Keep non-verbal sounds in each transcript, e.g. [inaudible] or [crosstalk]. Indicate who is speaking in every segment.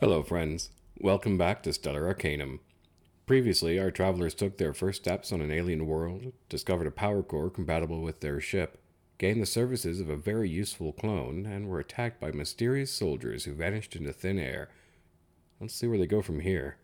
Speaker 1: Hello, friends. Welcome back to Stellar Arcanum. Previously, our travelers took their first steps on an alien world, discovered a power core compatible with their ship, gained the services of a very useful clone, and were attacked by mysterious soldiers who vanished into thin air. Let's see where they go from here.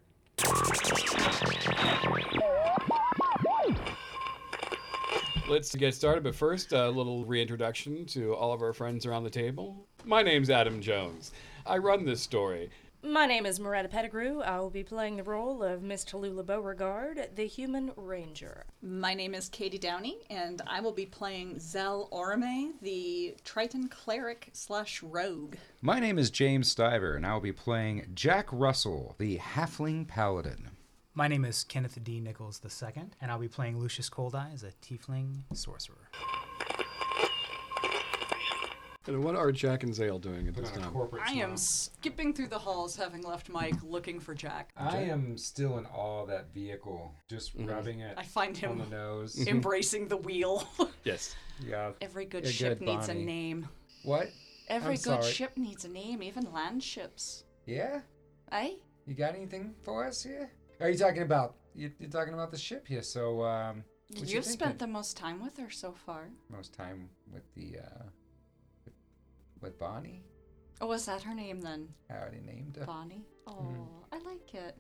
Speaker 2: Let's get started, but first, a little reintroduction to all of our friends around the table. My name's Adam Jones. I run this story.
Speaker 3: My name is Moretta Pettigrew. I will be playing the role of Miss Tallulah Beauregard, the Human Ranger.
Speaker 4: My name is Katie Downey, and I will be playing Zell Orme, the Triton cleric slash rogue.
Speaker 5: My name is James Stiver, and I will be playing Jack Russell, the Halfling Paladin.
Speaker 6: My name is Kenneth D. Nichols II, and I'll be playing Lucius Cold Eyes, a tiefling sorcerer.
Speaker 2: And what are Jack and Zale doing at this time?
Speaker 4: I am skipping through the halls, having left Mike, looking for Jack.
Speaker 5: I am still in awe of that vehicle, just rubbing it
Speaker 4: I find [laughs]
Speaker 5: on the
Speaker 4: him
Speaker 5: nose.
Speaker 4: embracing the wheel. [laughs]
Speaker 2: Yes.
Speaker 5: yeah.
Speaker 4: Every good
Speaker 5: A
Speaker 4: ship
Speaker 5: good
Speaker 4: needs a
Speaker 5: Bonnie.
Speaker 4: name.
Speaker 5: What?
Speaker 4: Every
Speaker 5: I'm
Speaker 4: good
Speaker 5: sorry.
Speaker 4: ship needs a name, even land ships.
Speaker 5: Yeah?
Speaker 4: Eh?
Speaker 5: You got anything for us here? Are you talking about you, you're talking about the ship here? So um, what you
Speaker 4: You've spent the
Speaker 5: thinking?
Speaker 4: most time with her so far.
Speaker 5: most time with the uh, with Bonnie.
Speaker 4: Oh, was that her name then?
Speaker 5: I already named her.
Speaker 4: Bonnie? Oh, I like it.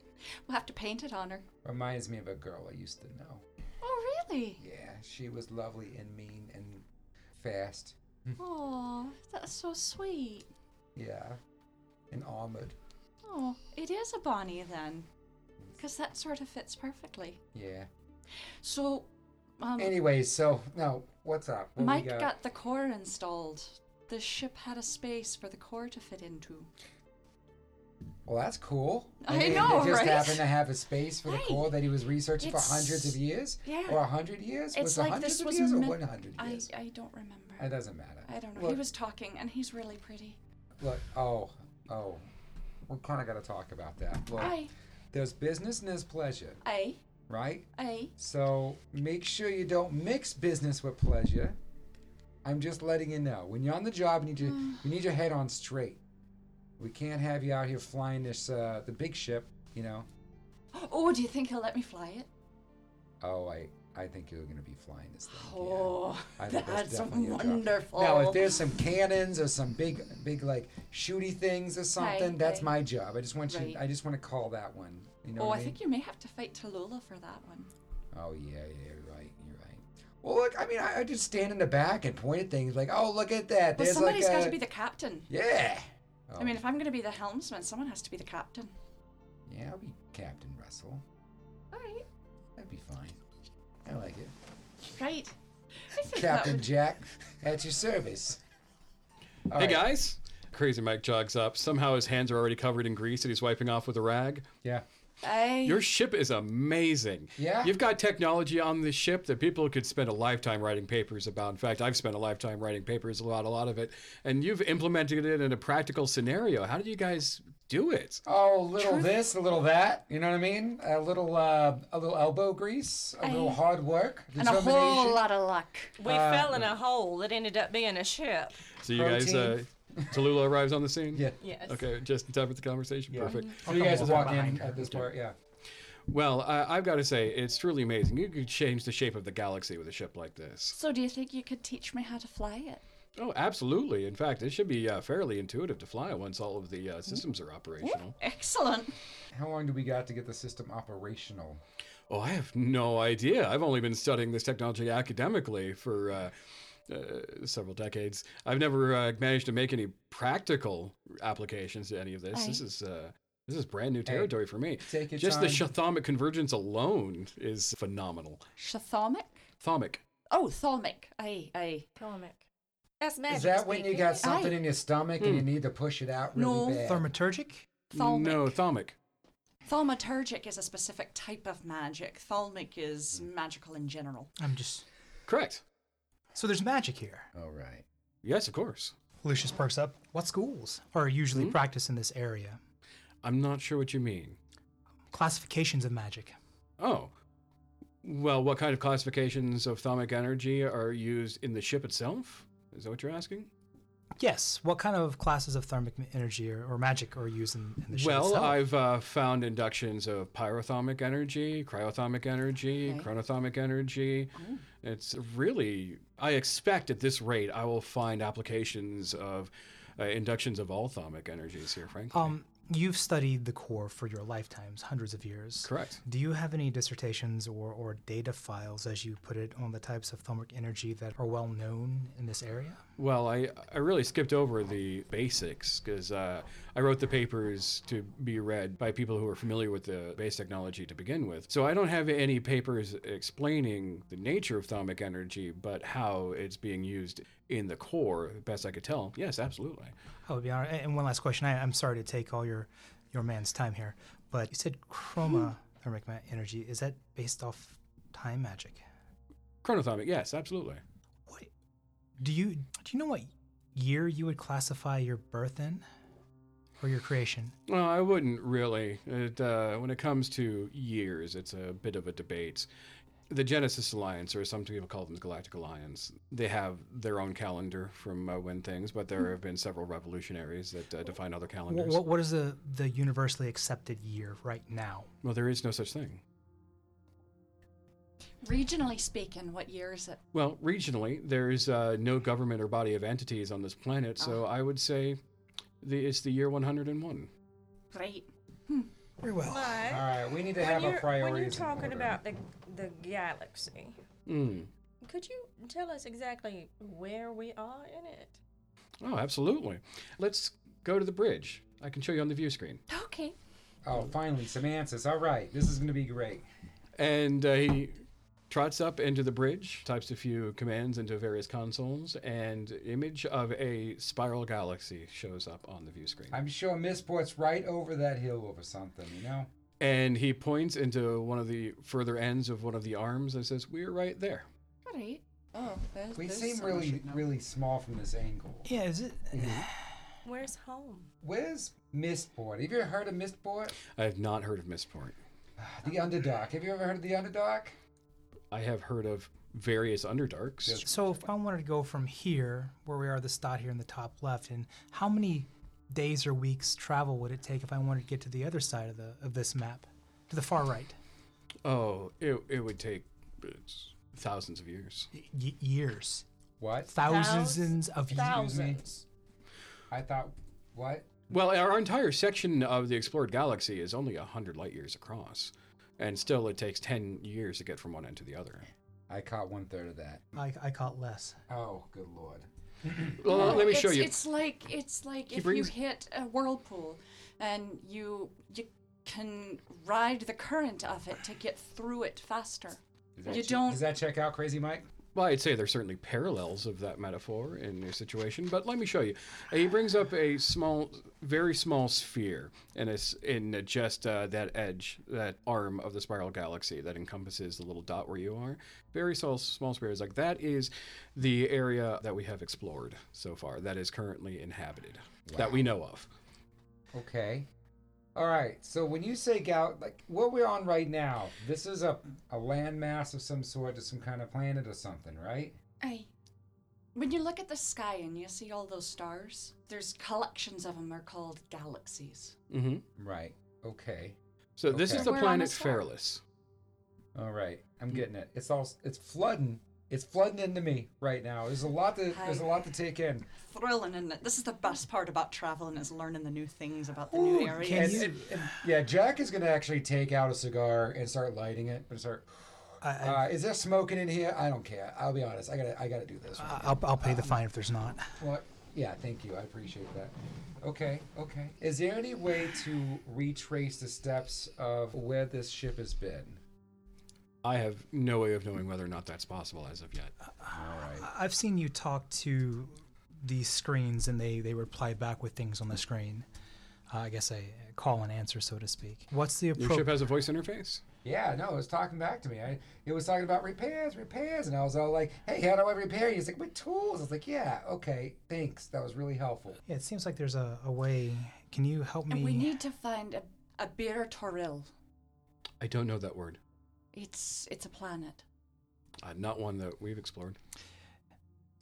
Speaker 4: We'll have to paint it on her.
Speaker 5: Reminds me of a girl I used to know.
Speaker 4: Oh, really?
Speaker 5: Yeah, she was lovely and mean and fast.
Speaker 4: Oh, that's so sweet.
Speaker 5: Yeah, and armored.
Speaker 4: Oh, it is a Bonnie then. Because that sort of fits perfectly.
Speaker 5: Yeah.
Speaker 4: So, um,
Speaker 5: Anyways, so no, what's up? What we
Speaker 4: Mike got? the core installed. The ship had a space for the core to fit into.
Speaker 5: Well, that's cool.
Speaker 4: I
Speaker 5: And- and
Speaker 4: know,
Speaker 5: They just
Speaker 4: right?
Speaker 5: happened to have a space for the
Speaker 4: Right.
Speaker 5: core that he was researching
Speaker 4: It's-
Speaker 5: for hundreds of years.
Speaker 4: yeah.
Speaker 5: Or a hundred years?
Speaker 4: It's
Speaker 5: was it
Speaker 4: like
Speaker 5: hundreds
Speaker 4: this
Speaker 5: of
Speaker 4: was
Speaker 5: years
Speaker 4: meant-
Speaker 5: or one hundred
Speaker 4: I,
Speaker 5: years?
Speaker 4: I don't remember.
Speaker 5: it doesn't matter.
Speaker 4: I don't know. he
Speaker 5: Look-
Speaker 4: was talking, and he's really pretty.
Speaker 5: Look, oh, oh, we kind of got to talk about that. Look,
Speaker 4: I,
Speaker 5: there's business and there's pleasure,
Speaker 4: I,
Speaker 5: right?
Speaker 4: I.
Speaker 5: So make sure you don't mix business with pleasure. I'm just letting you know. When you're on the job, you need your, you need your head on straight. We can't have you out here flying this uh, the big ship, you know.
Speaker 4: Oh, do you think he'll let me fly it?
Speaker 5: Oh, I I think you're gonna be flying this thing. yeah.
Speaker 4: Oh,
Speaker 5: I think
Speaker 4: that's
Speaker 5: definitely your job.
Speaker 4: wonderful.
Speaker 5: Now, if there's some cannons or some big big like shooty things or something,
Speaker 4: Right,
Speaker 5: that's
Speaker 4: right.
Speaker 5: my job. I just want you.
Speaker 4: Right.
Speaker 5: I just want to call that one. You know
Speaker 4: oh,
Speaker 5: what
Speaker 4: I
Speaker 5: I mean?
Speaker 4: think you may have to fight Tallulah for that one.
Speaker 5: Oh yeah, yeah, you're right, you're right. Well, look, I mean, I, I just stand in the back and point at things like, oh, look at that.
Speaker 4: Well,
Speaker 5: There's
Speaker 4: somebody's
Speaker 5: like
Speaker 4: got
Speaker 5: a-
Speaker 4: to be the captain.
Speaker 5: yeah. Oh,
Speaker 4: I mean, if I'm going to be the helmsman, someone has to be the captain.
Speaker 5: yeah, I'll be Captain Russell.
Speaker 4: All right.
Speaker 5: That'd be fine. I like it.
Speaker 4: Right. I think [laughs] that
Speaker 5: Captain
Speaker 4: would...
Speaker 5: Jack, at your service. All
Speaker 2: hey,
Speaker 5: right.
Speaker 2: guys. Crazy Mike jogs up. Somehow his hands are already covered in grease that he's wiping off with a rag.
Speaker 5: Yeah.
Speaker 4: I...
Speaker 2: Your ship is amazing.
Speaker 5: Yeah?
Speaker 2: You've got technology on this ship that people could spend a lifetime writing papers about. In fact, I've spent a lifetime writing papers about a lot of it. And you've implemented it in a practical scenario. How did you guys do it?
Speaker 5: Oh, a little this, a little that. You know what I mean? A little, uh, a little elbow grease, a little
Speaker 4: I-
Speaker 5: hard work,
Speaker 4: and a
Speaker 5: determination.
Speaker 4: whole lot of luck.
Speaker 3: We
Speaker 5: Uh,
Speaker 3: fell in a hole that ended up being a ship.
Speaker 2: So you guys, uh,
Speaker 5: Protein.
Speaker 2: Tallulah arrives on the scene?
Speaker 5: Yeah.
Speaker 3: Yes.
Speaker 2: Okay, just in time for the conversation. Perfect.
Speaker 5: So you guys
Speaker 6: Couple
Speaker 5: walk
Speaker 6: behind
Speaker 5: in uh,
Speaker 6: her.
Speaker 5: at this part, yeah.
Speaker 2: Well, I, I've got to say, it's truly amazing. You could change the shape of the galaxy with a ship like this.
Speaker 4: So, do you think you could teach me how to fly it?
Speaker 2: Oh, absolutely. In fact, it should be uh, fairly intuitive to fly once all of the uh, systems are operational.
Speaker 4: Excellent.
Speaker 5: How long do we got to get the system operational?
Speaker 2: Oh, I have no idea. I've only been studying this technology academically for uh, uh, several decades. I've never uh, managed to make any practical applications to any of this. This is uh, this is brand new territory for me.
Speaker 5: take your
Speaker 2: Just the
Speaker 5: time.
Speaker 2: shathomic convergence alone is phenomenal.
Speaker 4: Shathomic?
Speaker 2: Thomic.
Speaker 4: Oh, thalmic. Aye, aye.
Speaker 3: Comic. That's magic.
Speaker 5: Is that when you got
Speaker 4: speaking.
Speaker 5: something in your stomach and you need to push it out really
Speaker 4: No.
Speaker 5: bad?
Speaker 6: Thermaturgic?
Speaker 4: Thalmic.
Speaker 2: No, thomic.
Speaker 4: Thaumaturgic is a specific type of magic. Thalmic is magical in general.
Speaker 6: I'm just.
Speaker 2: Correct.
Speaker 6: So there's magic here.
Speaker 5: All right.
Speaker 2: Yes, of course.
Speaker 6: Lucius perks up. What schools are
Speaker 5: Hmm?
Speaker 6: usually practiced in this area?
Speaker 2: I'm not sure what you mean.
Speaker 6: Classifications of magic.
Speaker 2: Oh. Well, what kind of classifications of thamic energy are used in the ship itself? Is that what you're asking?
Speaker 6: Yes. What kind of classes of thermic m- energy or, or magic are used in, in the ship
Speaker 2: Well,
Speaker 6: itself?
Speaker 2: I've uh, found inductions of pyrothermic energy, cryothermic energy,
Speaker 4: Okay.
Speaker 2: chronothermic energy.
Speaker 6: Oh.
Speaker 2: It's really, I expect at this rate, I will find applications of uh, inductions of all thermic energies here, frankly.
Speaker 6: um, you've studied the core for your lifetimes, hundreds of years.
Speaker 2: Correct.
Speaker 6: Do you have any dissertations or, or data files, as you put it, on the types of thermic energy that are well known in this area?
Speaker 2: Well, I, I really skipped over the basics because uh, I wrote the papers to be read by people who are familiar with the base technology to begin with. So I don't have any papers explaining the nature of thalamic energy, but how it's being used in the core, best I could tell. Yes, absolutely.
Speaker 6: I would be honored. And one last question. I, I'm sorry to take all your, your man's time here, but you said chroma thermic ma- energy. Is that based off time magic?
Speaker 2: Chronothalamic, yes, absolutely.
Speaker 6: What do you do? You know what year you would classify your birth in, or your creation?
Speaker 2: Well, I wouldn't really. It, uh, when it comes to years, it's a bit of a debate. The Genesis Alliance, or some people call them the Galactic Alliance, they have their own calendar from uh, when things, but there have been several revolutionaries that uh, define other
Speaker 6: What,
Speaker 2: calendars.
Speaker 6: what, what is the the universally accepted year right now?
Speaker 2: Well, there is no such thing.
Speaker 4: Regionally speaking, what year is it?
Speaker 2: Well, regionally, there's uh, no government or body of entities on this planet, so I would say the, it's the year 101.
Speaker 4: Great.
Speaker 6: Very well.
Speaker 5: All right, we need to
Speaker 3: when
Speaker 5: have our
Speaker 3: you're,
Speaker 5: priorities.
Speaker 3: when you're
Speaker 5: in
Speaker 3: talking
Speaker 5: order.
Speaker 3: about the, the galaxy,
Speaker 2: Mm.
Speaker 3: could you tell us exactly where we are in it?
Speaker 2: Oh, absolutely. Let's go to the bridge. I can show you on the view screen.
Speaker 4: Okay.
Speaker 5: Oh, finally, some answers. All right, this is going to be great.
Speaker 2: And uh, he trots up into the bridge, types a few commands into various consoles, and image of a spiral galaxy shows up on the view screen.
Speaker 5: I'm sure Missport's right over that hill over something, you know?
Speaker 2: And he points into one of the further ends of one of the arms and says, "We're right there."
Speaker 4: All right. Oh, there's,
Speaker 5: We
Speaker 4: there's
Speaker 5: seem
Speaker 4: someone
Speaker 5: really,
Speaker 4: should know.
Speaker 5: really small from this angle.
Speaker 6: Yeah. Is it?
Speaker 3: Where's home?
Speaker 5: Where's Mistport? Have you ever heard of Mistport?
Speaker 2: I have not heard of Mistport.
Speaker 5: The Underdark. Have you ever heard of the Underdark?
Speaker 2: I have heard of various underdarks.
Speaker 5: Yes.
Speaker 6: So if I wanted to go from here, where we are, this dot here in the top left, and how many days or weeks travel would it take if I wanted to get to the other side of the of this map, to the far right?
Speaker 2: Oh, it, it would take uh, thousands of years.
Speaker 6: Y- years,
Speaker 5: What?
Speaker 6: thousands of years.
Speaker 3: Thousands.
Speaker 5: I thought, what?
Speaker 2: Well, our entire section of the explored galaxy is only 100 light years across, and still it takes 10 years to get from one end to the other.
Speaker 5: I caught one third of that.
Speaker 6: I, I caught less.
Speaker 5: Oh, good lord.
Speaker 2: Well, let me show
Speaker 4: it's,
Speaker 2: you.
Speaker 4: It's like it's like
Speaker 2: He
Speaker 4: if
Speaker 2: brings-
Speaker 4: you hit a whirlpool and you you can ride the current of it to get through it faster.
Speaker 5: Does that
Speaker 4: You
Speaker 5: che-
Speaker 4: don't-
Speaker 5: Does that check out, Crazy Mike?
Speaker 2: Well, I'd say there's certainly parallels of that metaphor in your situation, but let me show you. Uh, He brings up a small, very small sphere, and it's in uh, just uh, that edge, that arm of the spiral galaxy that encompasses the little dot where you are. Very small, small sphere is like that is the area that we have explored so far, that is currently inhabited, that we know of.
Speaker 5: Okay. All right. So when you say gal, like what we're on right now, this is a a landmass of some sort, or some kind of planet or something, right?
Speaker 4: Aye. When you look at the sky and you see all those stars, there's collections of them are called galaxies.
Speaker 2: hmm
Speaker 5: Right. Okay.
Speaker 2: So this is
Speaker 5: Okay.
Speaker 2: the
Speaker 4: We're on
Speaker 2: planet
Speaker 4: a star.
Speaker 2: Fairless.
Speaker 5: All right. I'm getting it. It's all it's flooding. It's flooding into me right now. There's a lot to there's a lot to take in.
Speaker 4: Thrilling, and this is the best part about traveling is learning the new things about the
Speaker 6: Ooh,
Speaker 4: new
Speaker 6: can
Speaker 5: And,
Speaker 4: areas.
Speaker 6: you-
Speaker 5: and- and- yeah, Jack is gonna actually take out a cigar and start lighting it and start.
Speaker 6: I, I,
Speaker 5: Uh, is there smoking in here? I don't care. I'll be honest. I gotta I gotta do this.
Speaker 6: I- I'll, I'll pay the fine if there's not.
Speaker 5: Well, yeah, thank you. I appreciate that. Okay, okay. Is there any way to retrace the steps of where this ship has been?
Speaker 2: I have no way of knowing whether or not that's possible as of yet.
Speaker 5: All right.
Speaker 6: I- I've seen you talk to these screens, and they they reply back with things on the screen. Uh, I guess a call and answer, so to speak. What's the
Speaker 2: Your ship
Speaker 6: approach?
Speaker 2: has a voice interface.
Speaker 5: Yeah, no, it was talking back to me. I, it was talking about repairs, repairs, and I was all like, "Hey, how do I repair?" He's like, "With tools." I was like, "Yeah, okay, thanks. That was really helpful."
Speaker 6: Yeah, it seems like there's a, a way. Can you help me?
Speaker 4: and we need to find a, a Beer Toril.
Speaker 2: I don't know that word.
Speaker 4: It's it's a planet.
Speaker 2: Uh, not one that we've explored.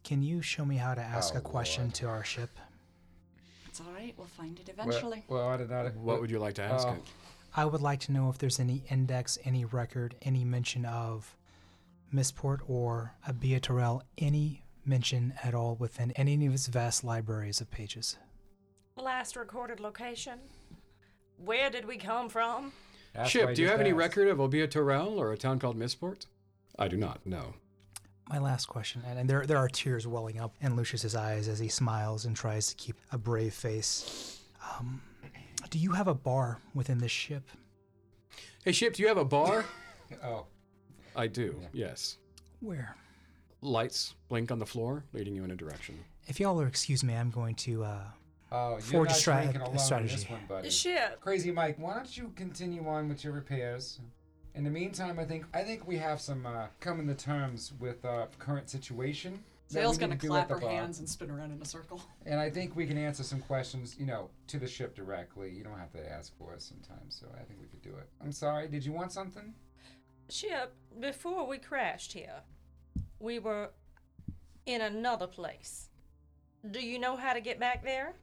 Speaker 6: Can you show me how to ask
Speaker 5: Oh,
Speaker 6: a question
Speaker 5: Lord.
Speaker 6: to our ship?
Speaker 4: It's all right. We'll find it
Speaker 5: Well-
Speaker 4: eventually.
Speaker 5: Well, I did not.
Speaker 2: What would you like to ask
Speaker 5: Oh.
Speaker 2: him?
Speaker 6: I would like to know if there's any index, any record, any mention of Missport or Abia Terrell, any mention at all within any of its vast libraries of pages.
Speaker 3: Last recorded location. Where did we come from?
Speaker 5: That's why
Speaker 2: Ship,
Speaker 5: I
Speaker 2: do you
Speaker 5: just
Speaker 2: have any
Speaker 5: asked.
Speaker 2: record of Obia Torrell or a town called Misport? I do not, no.
Speaker 6: My last question, and, and there, there are tears welling up in Lucius's eyes as he smiles and tries to keep a brave face. Um, do you have a bar within this ship?
Speaker 2: Hey, Ship, do you have a bar?
Speaker 5: Oh,
Speaker 2: [laughs] I do, yes.
Speaker 6: Where?
Speaker 2: Lights blink on the floor, leading you in a direction.
Speaker 6: If y'all will excuse me, I'm going to. Uh,
Speaker 5: oh, you're
Speaker 6: Forge
Speaker 5: not
Speaker 6: strat-
Speaker 5: drinking alone in
Speaker 6: strategy.
Speaker 5: this one, buddy.
Speaker 3: Ship.
Speaker 5: Crazy Mike, why don't you continue on with your repairs? In the meantime, I think I think we have some uh, coming to terms with our current situation. that
Speaker 4: Zale's
Speaker 5: we can
Speaker 4: gonna
Speaker 5: do
Speaker 4: clap
Speaker 5: at the
Speaker 4: her
Speaker 5: bar.
Speaker 4: hands and spin around in a circle. [laughs]
Speaker 5: And I think we can answer some questions, you know, to the ship directly. You don't have to ask for us sometimes, so I think we could do it. I'm sorry, did you want something?
Speaker 3: Ship, before we crashed here, we were in another place. Do you know how to get back there?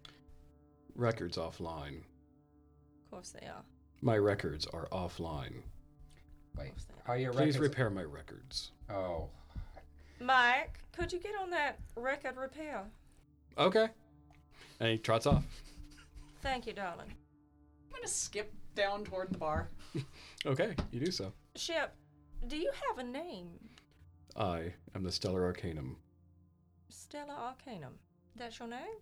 Speaker 2: Records offline.
Speaker 3: Of course they are.
Speaker 2: My records are offline.
Speaker 5: Wait, are your
Speaker 2: Please
Speaker 5: records?
Speaker 2: repair Uh, my records.
Speaker 5: oh,
Speaker 3: Mike, could you get on that record repair?
Speaker 2: Okay. And he trots off.
Speaker 3: Thank you, darling.
Speaker 4: I'm gonna skip down toward the bar.
Speaker 2: Okay, you do so.
Speaker 3: Ship, do you have a name?
Speaker 2: I am the Stellar Arcanum.
Speaker 3: Stella Arcanum. That's your name?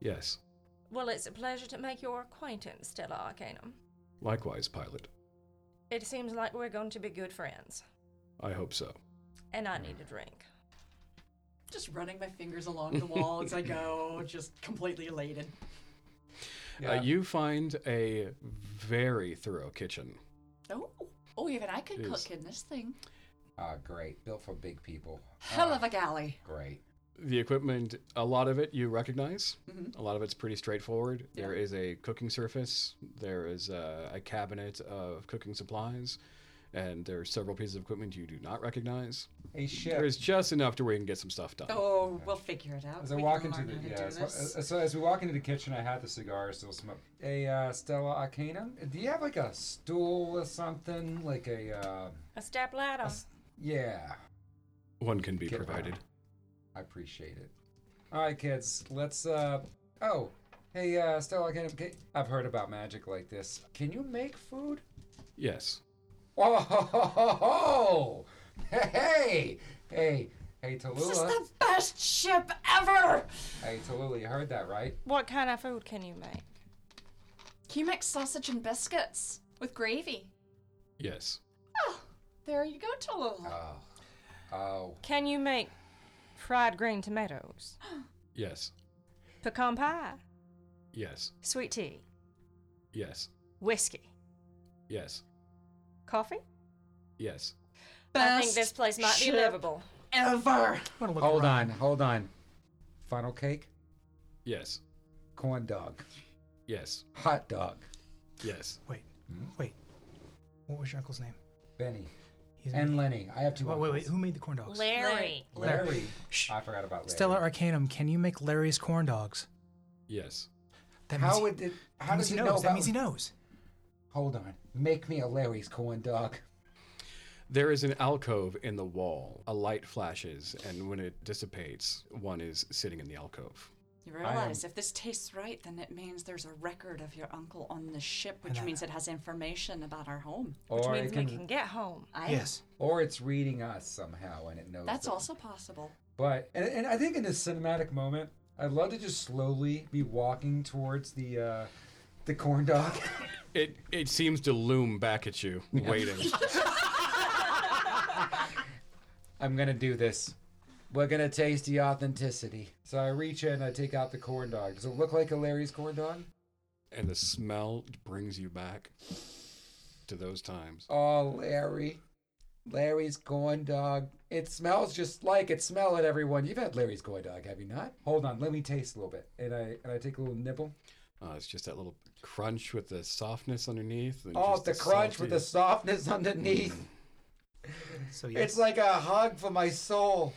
Speaker 2: Yes.
Speaker 3: Well, it's a pleasure to make your acquaintance, Stella Arcanum.
Speaker 2: Likewise, pilot.
Speaker 3: It seems like we're going to be good friends.
Speaker 2: I hope so.
Speaker 3: And I need a drink.
Speaker 4: Just running my fingers along the wall as I
Speaker 5: [laughs]
Speaker 4: go, just completely elated.
Speaker 5: yeah.
Speaker 2: Uh, you find a very thorough kitchen.
Speaker 4: Oh, oh, even I could
Speaker 2: It
Speaker 4: cook
Speaker 2: is.
Speaker 4: in this thing.
Speaker 5: Ah, great. Built for big people.
Speaker 4: Hell
Speaker 5: Ah,
Speaker 4: of a galley.
Speaker 5: great.
Speaker 2: The equipment, a lot of it you recognize.
Speaker 4: Mhm.
Speaker 2: A lot of it's pretty straightforward. There
Speaker 4: Yeah.
Speaker 2: is a cooking surface, there is a, a cabinet of cooking supplies, and there are several pieces of equipment you do not recognize.
Speaker 5: Hey, ship.
Speaker 2: There is just enough to where you can get some stuff done.
Speaker 4: Oh, we'll figure it out.
Speaker 5: As I
Speaker 4: We
Speaker 5: walk
Speaker 4: can
Speaker 5: into
Speaker 4: learn
Speaker 5: the
Speaker 4: how to
Speaker 5: yeah,
Speaker 4: do
Speaker 5: as,
Speaker 4: this.
Speaker 5: as- so as we walk into the kitchen, I had the cigar still smoke. A uh, Stella Arcanum. Do you have like a stool or something? Like a uh,
Speaker 3: A step ladder.
Speaker 5: a s- yeah.
Speaker 2: One can be
Speaker 5: Get-
Speaker 2: provided.
Speaker 5: I appreciate it. All right, kids. Let's. uh Oh, hey, uh, Stella Arcanum. Can, I've heard about magic like this. Can you make food? [laughs]
Speaker 2: Yes.
Speaker 5: Oh, ho, ho, ho, ho. hey, hey, hey,
Speaker 4: This is
Speaker 5: Tallulah.
Speaker 4: the best ship ever!
Speaker 5: Hey, Tallulah, you heard that right?
Speaker 3: What kind of food can you make?
Speaker 4: He makes sausage and biscuits with gravy.
Speaker 2: Yes.
Speaker 4: Oh, there you go, Tallulah.
Speaker 5: Oh, oh.
Speaker 3: Can you make fried green tomatoes?
Speaker 2: Yes.
Speaker 3: Pecan pie?
Speaker 2: Yes.
Speaker 3: Sweet tea?
Speaker 2: Yes.
Speaker 3: Whiskey?
Speaker 2: Yes.
Speaker 3: Coffee?
Speaker 2: Yes.
Speaker 5: Uh,
Speaker 3: I think this place might be
Speaker 4: ship
Speaker 3: livable.
Speaker 4: ever.
Speaker 6: I'm gonna look
Speaker 5: Hold on,
Speaker 6: around.
Speaker 5: hold on. Funnel cake,
Speaker 2: Yes.
Speaker 5: corn dog,
Speaker 2: Yes.
Speaker 5: hot dog,
Speaker 2: Yes.
Speaker 6: Wait, wait. What was your uncle's name?
Speaker 5: Benny,
Speaker 6: He's
Speaker 5: and Lenny. I have two.
Speaker 6: wait, wait, wait.
Speaker 5: uncles.
Speaker 6: Who made the corn dogs?
Speaker 3: Larry.
Speaker 5: Larry.
Speaker 6: Shh.
Speaker 5: I forgot about Larry.
Speaker 6: Stellar Arcanum, can you make Larry's corn dogs?
Speaker 2: Yes.
Speaker 6: That
Speaker 5: How
Speaker 6: he-
Speaker 5: would it?
Speaker 6: that
Speaker 5: How
Speaker 6: means
Speaker 5: does he
Speaker 6: knows.
Speaker 5: know
Speaker 6: That
Speaker 5: about?
Speaker 6: means he knows.
Speaker 5: Hold on. Make me a Larry's corn dog.
Speaker 2: There is an alcove in the wall. A light flashes, and when it dissipates, one is sitting in the alcove.
Speaker 4: You realize if this tastes right, then it means there's a record of your uncle on the ship, which
Speaker 6: And I-
Speaker 4: means it has information about our home.
Speaker 3: Which
Speaker 5: or
Speaker 3: means
Speaker 5: it can,
Speaker 3: we can get home.
Speaker 4: I,
Speaker 6: Yes.
Speaker 5: or it's reading us somehow, and it knows.
Speaker 4: That's
Speaker 5: that-
Speaker 4: also possible.
Speaker 5: But and, and I think in this cinematic moment, I'd love to just slowly be walking towards the uh, the corn dog. [laughs]
Speaker 2: It it seems to loom back at you, waiting.
Speaker 5: I'm gonna do this. We're gonna taste the authenticity. So I reach in, I take out the corn dog. Does it look like a Larry's corn dog?
Speaker 2: and the smell brings you back to those times.
Speaker 5: Oh, Larry. Larry's corn dog. It smells just like it. Smell it, everyone. You've had Larry's corn dog, have you not? Hold on, let me taste a little bit. And I and I take a little nibble.
Speaker 2: Uh, it's just that little crunch with the softness underneath. And
Speaker 5: Oh,
Speaker 2: just
Speaker 5: the crunch with the
Speaker 2: salty-
Speaker 5: softness [laughs] underneath.
Speaker 6: So Mm. yes.
Speaker 5: It's like a hug for my soul.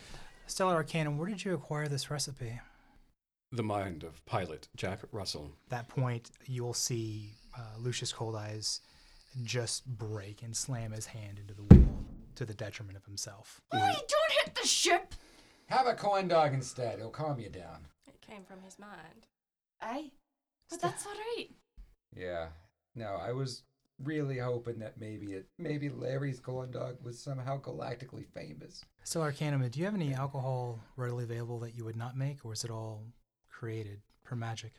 Speaker 6: Stellar Arcanum, where did you acquire this recipe?
Speaker 2: The mind of pilot Jack Russell.
Speaker 6: that point, you'll see uh, Lucius Cold Eyes just break and slam his hand into the wall to the detriment of himself.
Speaker 4: Why don't hit the ship?
Speaker 5: Have a corn dog instead. It'll calm you down.
Speaker 3: It came from his mind.
Speaker 4: Aye. But that's all right.
Speaker 5: Yeah. No, I was really hoping that maybe it, maybe Larry's corn dog was somehow galactically famous.
Speaker 6: Stellar Arcanum, do you have any alcohol readily available that you would not make, or is it all created per magic?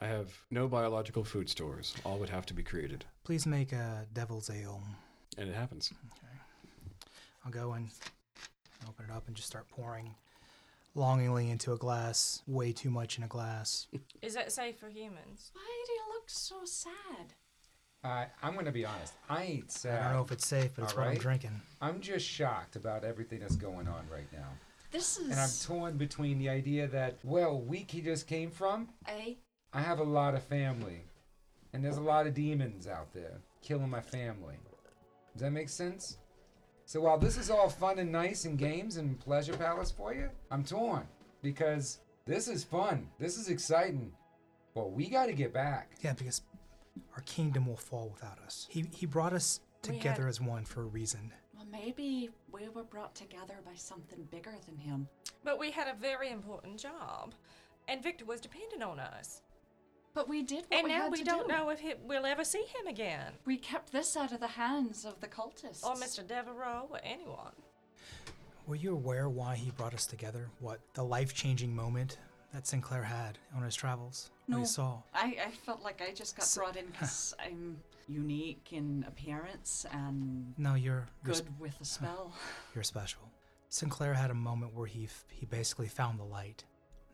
Speaker 2: I have no biological food stores. All would have to be created.
Speaker 6: Please make a devil's ale.
Speaker 2: And it happens.
Speaker 6: I'll go and open it up and just start pouring longingly into a glass, way too much in a glass.
Speaker 3: Is that safe for humans?
Speaker 4: Why do you look so sad?
Speaker 5: I I'm gonna be honest. I ain't
Speaker 6: I
Speaker 5: sad.
Speaker 6: don't know if it's safe, but it's what I'm
Speaker 5: Alright.
Speaker 6: drinking.
Speaker 5: I'm just shocked about everything that's going on right now.
Speaker 4: This is.
Speaker 5: And I'm torn between the idea that, well, week he just came from,
Speaker 4: Aye.
Speaker 5: I have a lot of family. And there's a lot of demons out there killing my family. Does that make sense? So while this is all fun and nice and games and pleasure palace for you, I'm torn because this is fun. This is exciting. But we got to get back.
Speaker 6: Yeah, because our kingdom will fall without us. He he brought us
Speaker 3: We had-
Speaker 6: together as one for a reason.
Speaker 4: Well, maybe we were brought together by something bigger than him.
Speaker 3: But we had a very important job, and Victor was dependent on us.
Speaker 4: But we did what
Speaker 3: and
Speaker 4: we
Speaker 3: now
Speaker 4: had
Speaker 3: we
Speaker 4: to
Speaker 3: don't
Speaker 4: do.
Speaker 3: know if he, we'll ever see him again,
Speaker 4: We kept this out of the hands of the cultists.
Speaker 3: or Mr. Devereaux, or anyone.
Speaker 6: Were you aware why he brought us together? What the life changing moment that Sinclair had on his travels? What
Speaker 4: No.
Speaker 6: he saw.
Speaker 4: I, I felt like I just got brought in
Speaker 5: [laughs]
Speaker 4: because I'm unique in appearance and
Speaker 6: No, you're you're,
Speaker 4: good
Speaker 6: sp-
Speaker 4: with
Speaker 5: [laughs]
Speaker 4: a spell.
Speaker 6: you're special. Sinclair had a moment where he f- he basically found the light.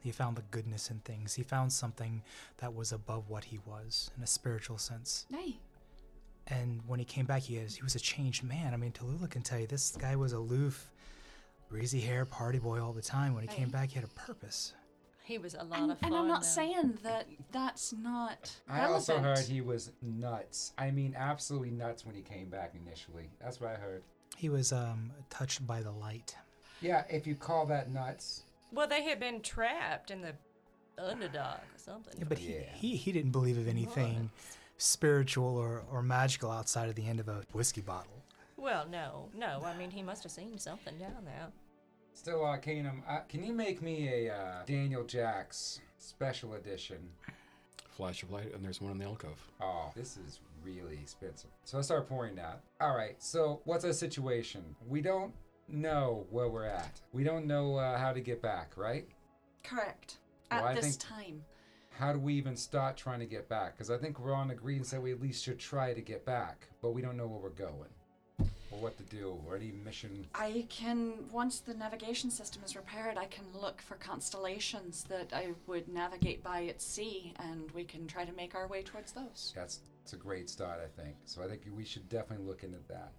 Speaker 6: He found the goodness in things. He found something that was above what he was in a spiritual sense.
Speaker 4: Nay,
Speaker 6: And when he came back, he is he was a changed man. I mean, Tallulah can tell you this guy was aloof, greasy hair, party boy all the time. When he came
Speaker 4: Right.
Speaker 6: back, he had a purpose.
Speaker 3: He was a lot
Speaker 4: and,
Speaker 3: of fun.
Speaker 4: and I'm not
Speaker 3: though.
Speaker 4: saying that that's not
Speaker 5: I
Speaker 4: relevant.
Speaker 5: also heard he was nuts. I mean, absolutely nuts when he came back initially. That's what I heard.
Speaker 6: He was um, touched by the light.
Speaker 5: Yeah, if you call that nuts.
Speaker 3: Well, they had been trapped in the underdog or something.
Speaker 6: Yeah, but he,
Speaker 5: Yeah.
Speaker 6: he he didn't believe of anything spiritual or, or magical outside of the end of a whiskey bottle.
Speaker 3: Well, no, no. I mean, he must have seen something down there.
Speaker 5: Still Arcanum, uh, can you make me a uh, Daniel Jack's special edition?
Speaker 2: Flash of light, and there's one in the alcove.
Speaker 5: Oh, this is really expensive. So I start pouring that. All right. So what's our situation? We don't know where we're at. We don't know uh, how to get back, right?
Speaker 4: Correct.
Speaker 5: Well,
Speaker 4: At
Speaker 5: I
Speaker 4: this
Speaker 5: think-
Speaker 4: time.
Speaker 5: How do we even start trying to get back? Because I think we're on agreement that we at least should try to get back, but we don't know where we're going or what to do or any mission.
Speaker 4: I can, once the navigation system is repaired, I can look for constellations that I would navigate by at sea, and we can try to make our way towards those.
Speaker 5: That's it's a great start, I think. So I think we should definitely look into that.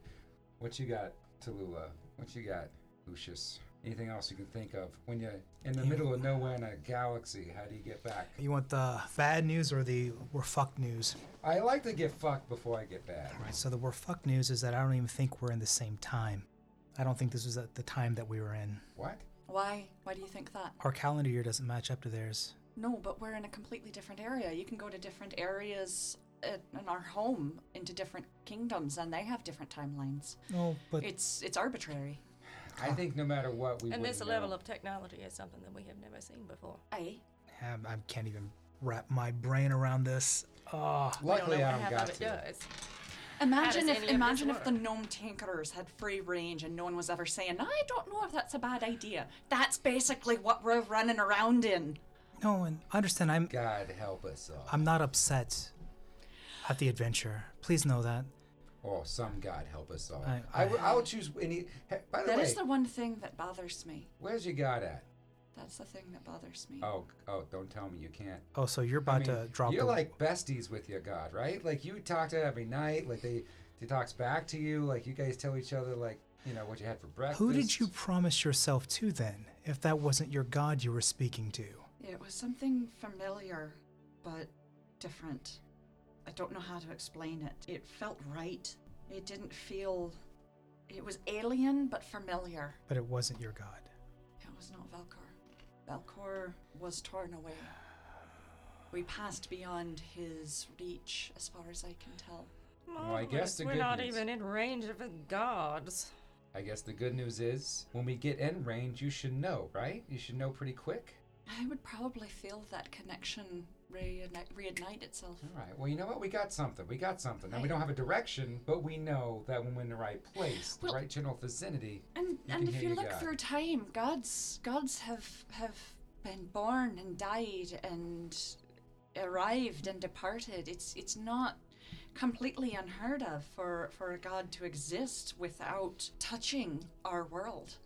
Speaker 5: What you got, Tallulah? What you got, Lucius? Anything else you can think of? When you're in the middle of nowhere in a galaxy, how do you get back?
Speaker 6: You want the bad news or the we're fucked news?
Speaker 5: I like to get fucked before I get bad.
Speaker 6: All right. So the we're fucked news is that I don't even think we're in the same time. I don't think this was at the time that we were in.
Speaker 5: What?
Speaker 4: Why? Why do you think that?
Speaker 6: Our calendar year doesn't match up to theirs.
Speaker 4: No, but we're in a completely different area. You can go to different areas at- in our home into different kingdoms, and they have different timelines.
Speaker 6: No, but
Speaker 4: It's it's arbitrary.
Speaker 5: I think no matter what we
Speaker 3: and this
Speaker 5: wouldn't
Speaker 3: level
Speaker 5: know.
Speaker 3: of technology is something that we have never seen before.
Speaker 4: Aye.
Speaker 6: Um, I can't even wrap my brain around this. Ah,
Speaker 5: Luckily,
Speaker 3: we
Speaker 5: I
Speaker 3: don't know what half
Speaker 5: haven't got
Speaker 3: of it
Speaker 5: to.
Speaker 3: does.
Speaker 4: Imagine
Speaker 3: does
Speaker 4: if
Speaker 3: any of this
Speaker 4: imagine if the
Speaker 3: work?
Speaker 4: gnome tinkerers had free range and no one was ever saying, I don't know if that's a bad idea. That's basically what we're running around in.
Speaker 6: no, and understand. I'm
Speaker 5: God help us all.
Speaker 6: I'm not upset at the adventure. Please know that.
Speaker 5: Or some God help us all.
Speaker 6: I-
Speaker 5: I, I, will choose any. he- By the
Speaker 4: That
Speaker 5: way,
Speaker 4: is the one thing that bothers me.
Speaker 5: where's your God at?
Speaker 4: That's the thing that bothers me.
Speaker 5: Oh, oh, don't tell me you can't.
Speaker 6: Oh, so you're
Speaker 5: I
Speaker 6: about
Speaker 5: mean,
Speaker 6: to drop
Speaker 5: You're
Speaker 6: the
Speaker 5: like besties with your God, right? Like you talk to him every night. Like they, he talks back to you. Like you guys tell each other, like you know what you had for breakfast.
Speaker 6: Who did you promise yourself to then, if that wasn't your god you were speaking to?
Speaker 4: It was something familiar, but different. I don't know how to explain it. It felt right. It didn't feel. It was alien, but familiar.
Speaker 6: But it wasn't your god.
Speaker 4: It was not Valkor. Valkor was torn away. We passed beyond his reach, as far as I can tell.
Speaker 5: Well, I guess the
Speaker 3: We're
Speaker 5: good
Speaker 3: not
Speaker 5: news-
Speaker 3: even in range of the gods.
Speaker 5: I guess the good news is when we get in range, you should know, right? You should know pretty quick.
Speaker 4: I would probably feel that connection reignite, reignite itself.
Speaker 5: All right. Well, you know what? We got something. We got something. Now we don't have a direction, but we know that when we're in the right place, the
Speaker 4: Well-
Speaker 5: right general vicinity.
Speaker 4: And
Speaker 5: You
Speaker 4: and
Speaker 5: can
Speaker 4: if
Speaker 5: hear
Speaker 4: you
Speaker 5: your
Speaker 4: look
Speaker 5: God.
Speaker 4: through time, gods gods have have been born and died and arrived and departed. It's it's not completely unheard of for for a god to exist without touching our world.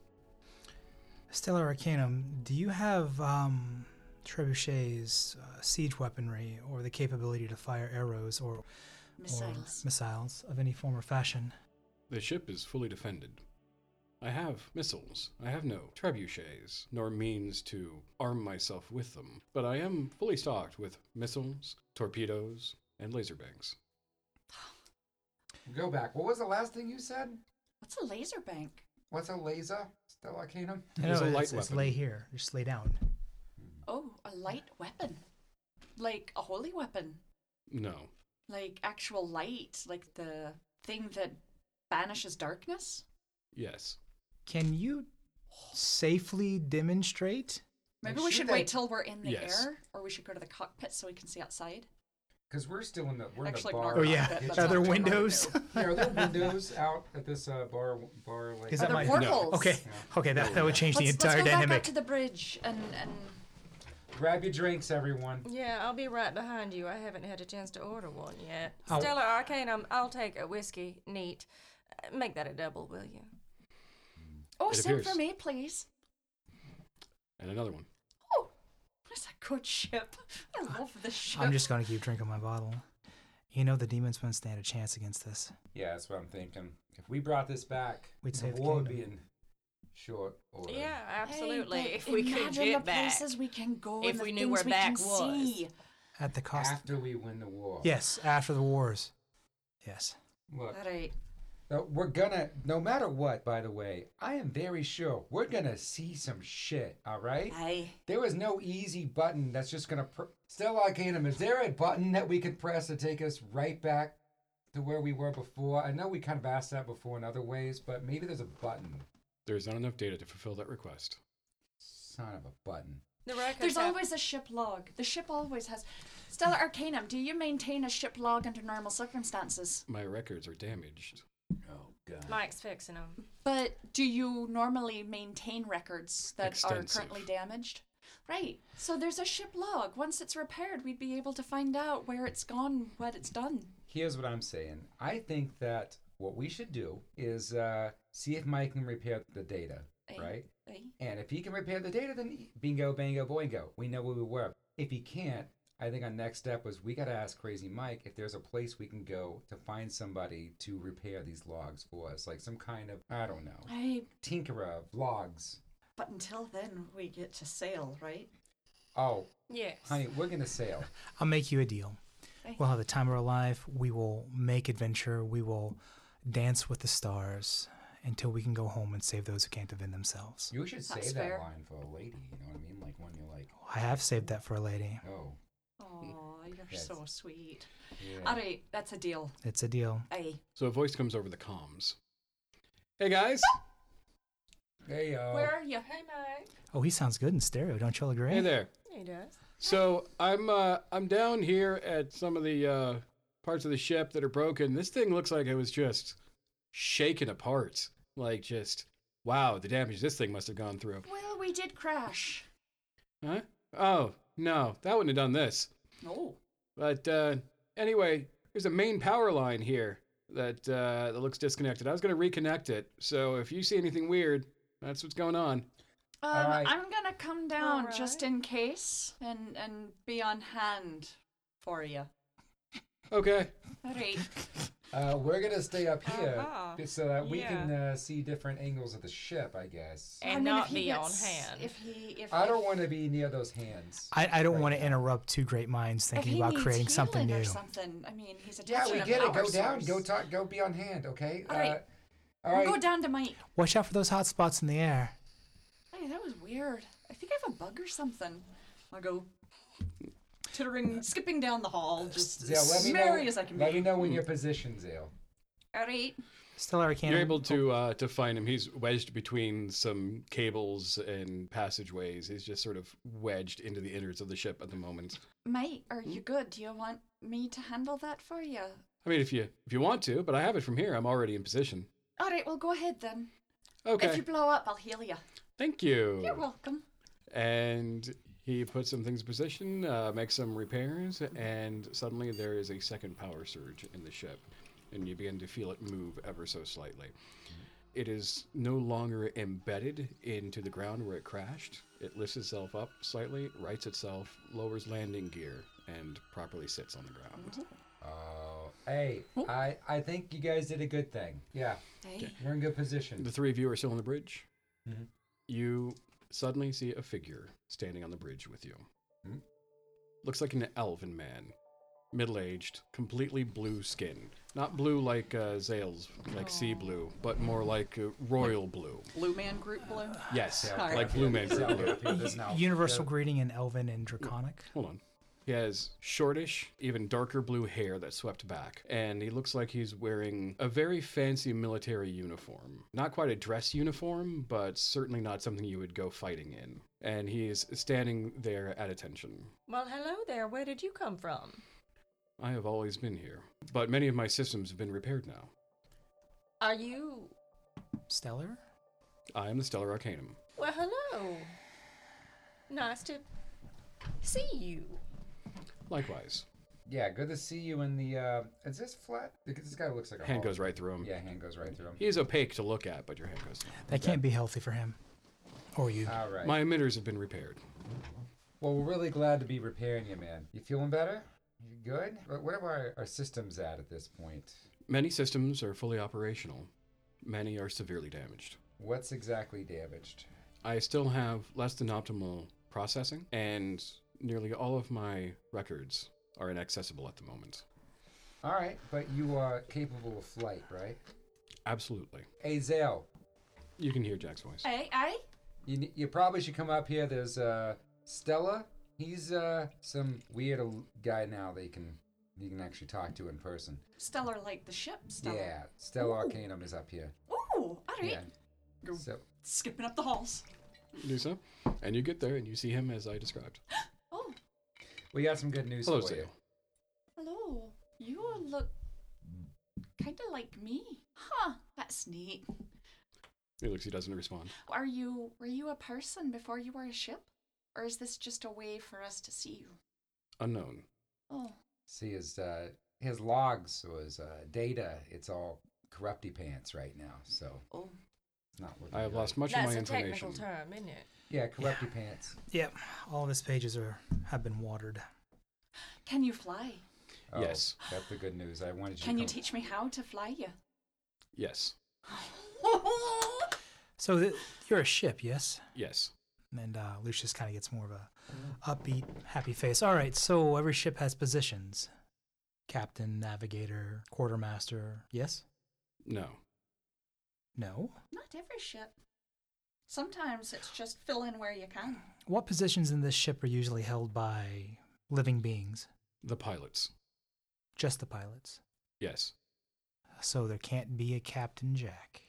Speaker 6: Stellar Arcanum, do you have um, trebuchets, uh, siege weaponry, or the capability to fire arrows or, or
Speaker 4: Missiles.
Speaker 6: missiles of any form or fashion?
Speaker 2: The ship is fully defended. I have missiles. I have no trebuchets, nor means to arm myself with them, but I am fully stocked with missiles, torpedoes, and laser banks.
Speaker 5: Go back. What was the last thing you said?
Speaker 4: What's a laser bank?
Speaker 5: What's a laser? Still Arcanum?
Speaker 6: I
Speaker 2: There's
Speaker 6: know,
Speaker 2: a
Speaker 6: it's-
Speaker 2: light
Speaker 6: it's
Speaker 2: weapon.
Speaker 6: lay here. Just lay down.
Speaker 4: Oh, a light weapon. Like a holy weapon.
Speaker 2: No.
Speaker 4: Like actual light, like the thing that banishes darkness.
Speaker 2: Yes.
Speaker 6: Can you safely demonstrate?
Speaker 4: Maybe
Speaker 5: Like,
Speaker 4: we
Speaker 5: shoot
Speaker 4: should
Speaker 5: that-
Speaker 4: wait till we're in the
Speaker 2: Yes.
Speaker 4: air, or we should go to the cockpit so we can see outside.
Speaker 5: Because we're still in the we're
Speaker 4: Actually,
Speaker 5: in the bar.
Speaker 4: ignore Oh,
Speaker 2: [laughs]
Speaker 4: yeah.
Speaker 5: kitchen.
Speaker 4: That's
Speaker 6: Are
Speaker 4: not
Speaker 6: there
Speaker 4: too long to
Speaker 6: windows? [laughs]
Speaker 5: Yeah, are there windows out at this uh, bar bar like
Speaker 6: Is
Speaker 4: Are
Speaker 6: that
Speaker 4: there
Speaker 6: my- No.
Speaker 4: portals?
Speaker 6: Okay, okay, that, that would change the
Speaker 4: Let's, let's
Speaker 6: entire
Speaker 4: go back
Speaker 6: dynamic.
Speaker 4: up to the bridge and, and
Speaker 5: grab your drinks, everyone.
Speaker 3: Yeah, I'll be right behind you. I haven't had a chance to order one yet.
Speaker 6: Oh.
Speaker 3: Stella Arcanum, I'll take a whiskey, neat. Uh, Make that a double, will you?
Speaker 4: oh,
Speaker 2: It
Speaker 4: send
Speaker 2: appears.
Speaker 4: for me, please.
Speaker 2: And another one.
Speaker 4: Oh, that's a good ship. I love this ship.
Speaker 6: I'm just going to keep drinking my bottle. You know the demons wouldn't stand a chance against this.
Speaker 5: Yeah, that's what I'm thinking. If we brought this back,
Speaker 6: We'd
Speaker 5: the
Speaker 6: save the
Speaker 5: war would be
Speaker 6: kingdom.
Speaker 5: in short order.
Speaker 3: Yeah,
Speaker 4: Hey,
Speaker 3: absolutely.
Speaker 4: but
Speaker 3: if we could
Speaker 4: imagine
Speaker 3: get
Speaker 4: the
Speaker 3: back.
Speaker 4: places we can go, and
Speaker 3: If
Speaker 4: the
Speaker 3: we knew
Speaker 4: things
Speaker 3: where
Speaker 4: we
Speaker 3: back
Speaker 4: can
Speaker 3: was.
Speaker 4: see.
Speaker 6: At the cost.
Speaker 5: After we win the war.
Speaker 6: Yes, after the wars. Yes.
Speaker 5: Look,
Speaker 4: All right.
Speaker 5: uh, we're gonna. No matter what, by the way, I am very sure we're gonna see some shit. All right.
Speaker 4: Aye.
Speaker 5: There is no easy button that's just gonna. Pr- Still, Arcanum, is there a button that we could press to take us right back to where we were before? I know we kind of asked that before in other ways, but maybe there's a button.
Speaker 2: There is not enough data to fulfill that request.
Speaker 5: Son of a button.
Speaker 3: the records
Speaker 4: There's
Speaker 3: have-
Speaker 4: always a ship log. The ship always has. Stella Arcanum, do you maintain a ship log under normal circumstances?
Speaker 2: My records are damaged.
Speaker 5: Oh god.
Speaker 3: Mike's fixing them.
Speaker 4: But do you normally maintain records that
Speaker 2: Extensive.
Speaker 4: are currently damaged? Right. So there's a ship log. Once it's repaired, we'd be able to find out where it's gone, what it's done.
Speaker 5: Here's what I'm saying. I think that what we should do is uh, see if Mike can repair the data,
Speaker 4: Eh?
Speaker 5: right?
Speaker 4: Eh?
Speaker 5: And if he can repair the data, then bingo, bango, boingo. We know where we were. If he can't, I think our next step was we got to ask Crazy Mike if there's a place we can go to find somebody to repair these logs for us, like some kind of I don't know,
Speaker 4: Aye.
Speaker 5: tinkerer of logs.
Speaker 4: But until then, we get to sail, right?
Speaker 5: Oh,
Speaker 3: Yes.
Speaker 5: honey, we're gonna sail.
Speaker 6: I'll make you a deal.
Speaker 4: Okay.
Speaker 6: We'll have the time of our life. We will make adventure. We will dance with the stars until we can go home and save those who can't defend themselves.
Speaker 5: You should
Speaker 4: That's
Speaker 5: save that
Speaker 4: fair.
Speaker 5: line for a lady. You know what I mean? Like when you're like,
Speaker 6: I have saved that for a lady.
Speaker 5: oh,
Speaker 4: Oh, you're
Speaker 5: Yes.
Speaker 4: so sweet.
Speaker 5: yeah.
Speaker 4: All right, that's a deal. Eh?
Speaker 6: It's a deal.
Speaker 4: Aye.
Speaker 2: So a voice comes over the comms. Hey guys!
Speaker 5: Hey yo.
Speaker 4: Where are you?
Speaker 3: Hey, Mike.
Speaker 6: Oh, he sounds good in stereo. Don't y'all agree?
Speaker 2: Hey there.
Speaker 3: He does.
Speaker 2: So I'm uh, I'm down here at some of the uh, parts of the ship that are broken. This thing looks like it was just shaken apart. Like just wow, the damage this thing must have gone through.
Speaker 4: Well, we did crash.
Speaker 2: Huh? Oh no, that wouldn't have done this.
Speaker 4: No.
Speaker 2: But uh, anyway, there's a main power line here that uh, that looks disconnected. I was gonna reconnect it. So if you see anything weird, that's what's going on.
Speaker 4: Um,
Speaker 5: All right.
Speaker 4: I'm gonna come down just
Speaker 3: right.
Speaker 4: in case and and be on hand for you.
Speaker 2: Okay.
Speaker 4: All right.
Speaker 5: Uh, we're gonna stay up here
Speaker 3: Uh-huh.
Speaker 5: just so that we
Speaker 3: Yeah.
Speaker 5: can uh, see different angles of the ship, I guess.
Speaker 3: And
Speaker 4: I mean,
Speaker 3: not
Speaker 4: if he
Speaker 3: be on
Speaker 4: gets-
Speaker 3: hand.
Speaker 4: If he, if
Speaker 5: I don't
Speaker 4: if-
Speaker 5: want to be near those hands.
Speaker 6: I, I don't
Speaker 5: Right.
Speaker 6: want to interrupt two great minds
Speaker 4: if
Speaker 6: thinking
Speaker 4: he
Speaker 6: about
Speaker 4: needs
Speaker 6: creating something
Speaker 4: healing
Speaker 6: new.
Speaker 4: Or something. I mean, he's a
Speaker 5: yeah, we
Speaker 4: different
Speaker 5: get it. Go
Speaker 4: power
Speaker 5: down. Go
Speaker 4: source.
Speaker 5: talk. Go be on hand. Okay. Uh,
Speaker 4: All right.
Speaker 5: all
Speaker 4: We'll go down to Mike.
Speaker 6: Watch out for those hot spots in the air.
Speaker 4: Hey, that that was weird. I think I have a bug or something. I'll go tittering, skipping down the hall, just
Speaker 5: Zale,
Speaker 4: as
Speaker 5: let me
Speaker 4: merry
Speaker 5: know,
Speaker 4: as I can
Speaker 5: let me
Speaker 4: be.
Speaker 5: know when
Speaker 2: Hmm.
Speaker 5: your position's Zale.
Speaker 4: All right.
Speaker 6: Stellar Arcanum.
Speaker 2: You're able to uh, to find him. He's wedged between some cables and passageways. He's just sort of wedged into the innards of the ship at the moment.
Speaker 4: Mate, are you
Speaker 5: Hmm?
Speaker 4: good? Do you want me to handle that for you?
Speaker 2: I mean, if you if you want to, but I have it from here. I'm already in position.
Speaker 4: All right, well, go ahead then. If
Speaker 2: Okay.
Speaker 4: you blow up, I'll heal you.
Speaker 2: Thank you.
Speaker 4: You're welcome.
Speaker 2: and he puts some things in position, uh, makes some repairs, and suddenly there is a second power surge in the ship, and you begin to feel it move ever so slightly. It is no longer embedded into the ground where it crashed. It lifts itself up slightly, rights itself, lowers landing gear, and properly sits on the ground.
Speaker 5: Oh, hey, I, I think you guys did a good thing. Yeah,
Speaker 4: Hey.
Speaker 5: we're in good position.
Speaker 2: The three of you are still on the bridge.
Speaker 5: Mhm.
Speaker 2: You suddenly see a figure standing on the bridge with you.
Speaker 5: Hmm?
Speaker 2: Looks like an elven man, middle aged, completely blue skin. Not blue like uh, Zale's, like sea blue, but more like uh, royal blue.
Speaker 4: Oh. Blue man group blue.
Speaker 2: Yes,
Speaker 4: Sorry.
Speaker 2: like blue man.
Speaker 5: Zale,
Speaker 2: blue.
Speaker 5: appear
Speaker 2: [laughs]
Speaker 5: this now.
Speaker 6: Universal
Speaker 5: Yeah.
Speaker 6: greeting in Elven and Draconic.
Speaker 2: Hold on. He has shortish, even darker blue hair that swept back, and he looks like he's wearing a very fancy military uniform. Not quite a dress uniform, but certainly not something you would go fighting in. And he is standing there at attention.
Speaker 3: Well, hello there. Where did you come from?
Speaker 2: I have always been here, but many of my systems have been repaired now.
Speaker 3: Are you?
Speaker 6: Stellar?
Speaker 2: I am the Stellar Arcanum.
Speaker 3: Well, hello. Nice to see you.
Speaker 2: Likewise,
Speaker 5: Yeah, good to see you in the. Uh, is this flat? Because this guy looks like a
Speaker 2: hand
Speaker 5: hog.
Speaker 2: goes right through him.
Speaker 5: Yeah, hand goes right through him.
Speaker 2: He is opaque to look at, but your hand goes. through.
Speaker 6: That can't be healthy for him. Or you.
Speaker 5: All right.
Speaker 2: My emitters have been repaired.
Speaker 5: Well, we're really glad to be repairing you, man. You feeling better? You good? Wh- Where are our, our systems at at this point?
Speaker 2: Many systems are fully operational. Many are severely damaged.
Speaker 5: What's exactly damaged?
Speaker 2: I still have less than optimal processing, and nearly all of my records are inaccessible at the moment.
Speaker 5: All right, but you are capable of flight, right?
Speaker 2: Absolutely.
Speaker 5: Hey, Zale,
Speaker 2: You can hear Jack's
Speaker 3: [laughs]
Speaker 2: voice.
Speaker 4: Hey, hey.
Speaker 5: you, ne- you probably should come up here. There's uh, Stella. He's uh, some weird al- guy now that you can you can actually talk to in person.
Speaker 4: Stellar like the ship, Stellar.
Speaker 5: Yeah, Stella
Speaker 4: Ooh.
Speaker 5: Arcanum is up here.
Speaker 4: Ooh, all right.
Speaker 5: Yeah. So
Speaker 4: Skipping up the halls.
Speaker 2: You do so, and you get there and you see him as I described.
Speaker 4: Oh,
Speaker 5: we got some good news
Speaker 2: Hello,
Speaker 5: for you.
Speaker 2: Zale.
Speaker 4: hello. You look kind of like me. Huh, that's neat.
Speaker 2: He looks, he doesn't respond.
Speaker 4: Are you, were you a person before you were a ship? Or is this just a way for us to see you?
Speaker 2: Unknown.
Speaker 4: Oh,
Speaker 5: See his uh, his logs or his uh, data. It's all corrupty pants right now. So
Speaker 4: oh.
Speaker 5: it's not looking.
Speaker 2: I have
Speaker 5: good.
Speaker 2: lost much of
Speaker 3: That's
Speaker 2: my
Speaker 3: a
Speaker 2: information.
Speaker 3: technical term, isn't it?
Speaker 2: [laughs]
Speaker 5: Yeah, corrupty pants.
Speaker 6: Yep. All of his pages are have been watered.
Speaker 4: Can you fly?
Speaker 5: Oh,
Speaker 2: Yes.
Speaker 5: that's the good news. I wanted you.
Speaker 4: Can
Speaker 5: to
Speaker 4: you
Speaker 5: come-
Speaker 4: teach me how to fly [laughs] you?
Speaker 2: Yes.
Speaker 6: So th- you're a ship, yes?
Speaker 2: Yes.
Speaker 6: And uh, Lucius kind of gets more of a upbeat, happy face. All right, so every ship has positions captain, navigator, quartermaster. Yes?
Speaker 2: No.
Speaker 6: No?
Speaker 4: Not every ship. Sometimes it's just fill in where you can.
Speaker 6: What positions in this ship are usually held by living beings?
Speaker 2: The pilots.
Speaker 6: Just the pilots.
Speaker 2: Yes.
Speaker 6: So there can't be a Captain Jack.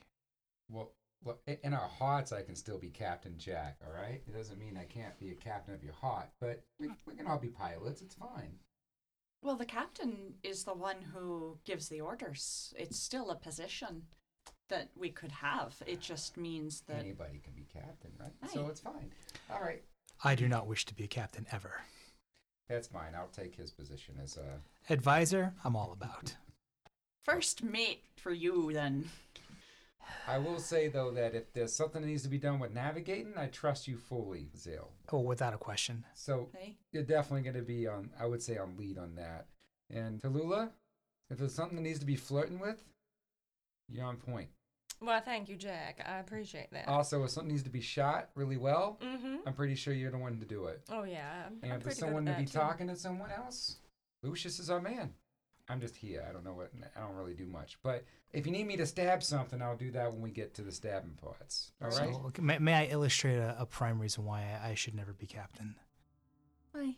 Speaker 5: Well, well, i- in our hearts, I can still be Captain Jack. All right. It doesn't mean I can't be a captain of your heart, but we, we can all be pilots. It's fine.
Speaker 4: Well, the captain is the one who gives the orders. It's still a position that we could have. It just means that.
Speaker 5: Anybody can be captain, right? So
Speaker 4: Right.
Speaker 5: it's fine. All right.
Speaker 6: I do not wish to be a captain ever.
Speaker 5: That's fine. I'll take his position as uh, a.
Speaker 6: Advisor, I'm all about.
Speaker 4: First mate for you, then.
Speaker 5: I will say though that if there's something that needs to be done with navigating, I trust you fully, Zale.
Speaker 6: Oh, without a question.
Speaker 5: So
Speaker 4: Hey?
Speaker 5: you're definitely going to be on, I would say, on lead on that. And Tallulah, if there's something that needs to be flirting with, you're on point.
Speaker 3: Well, thank you, Jack. I appreciate that.
Speaker 5: Also, if something needs to be shot really well,
Speaker 3: mm-hmm.
Speaker 5: I'm pretty sure you're the one to do it.
Speaker 3: Oh yeah. I'm,
Speaker 5: And
Speaker 3: I'm
Speaker 5: for
Speaker 3: pretty
Speaker 5: someone
Speaker 3: good
Speaker 5: to
Speaker 3: at
Speaker 5: be
Speaker 3: that, too.
Speaker 5: talking to someone else, Lucius is our man. I'm just here. I don't know what. I don't really do much. But if you need me to stab something, I'll do that when we get to the stabbing parts. All right.
Speaker 6: So, okay, may, may I illustrate a, a prime reason why I, I should never be captain?
Speaker 4: Why?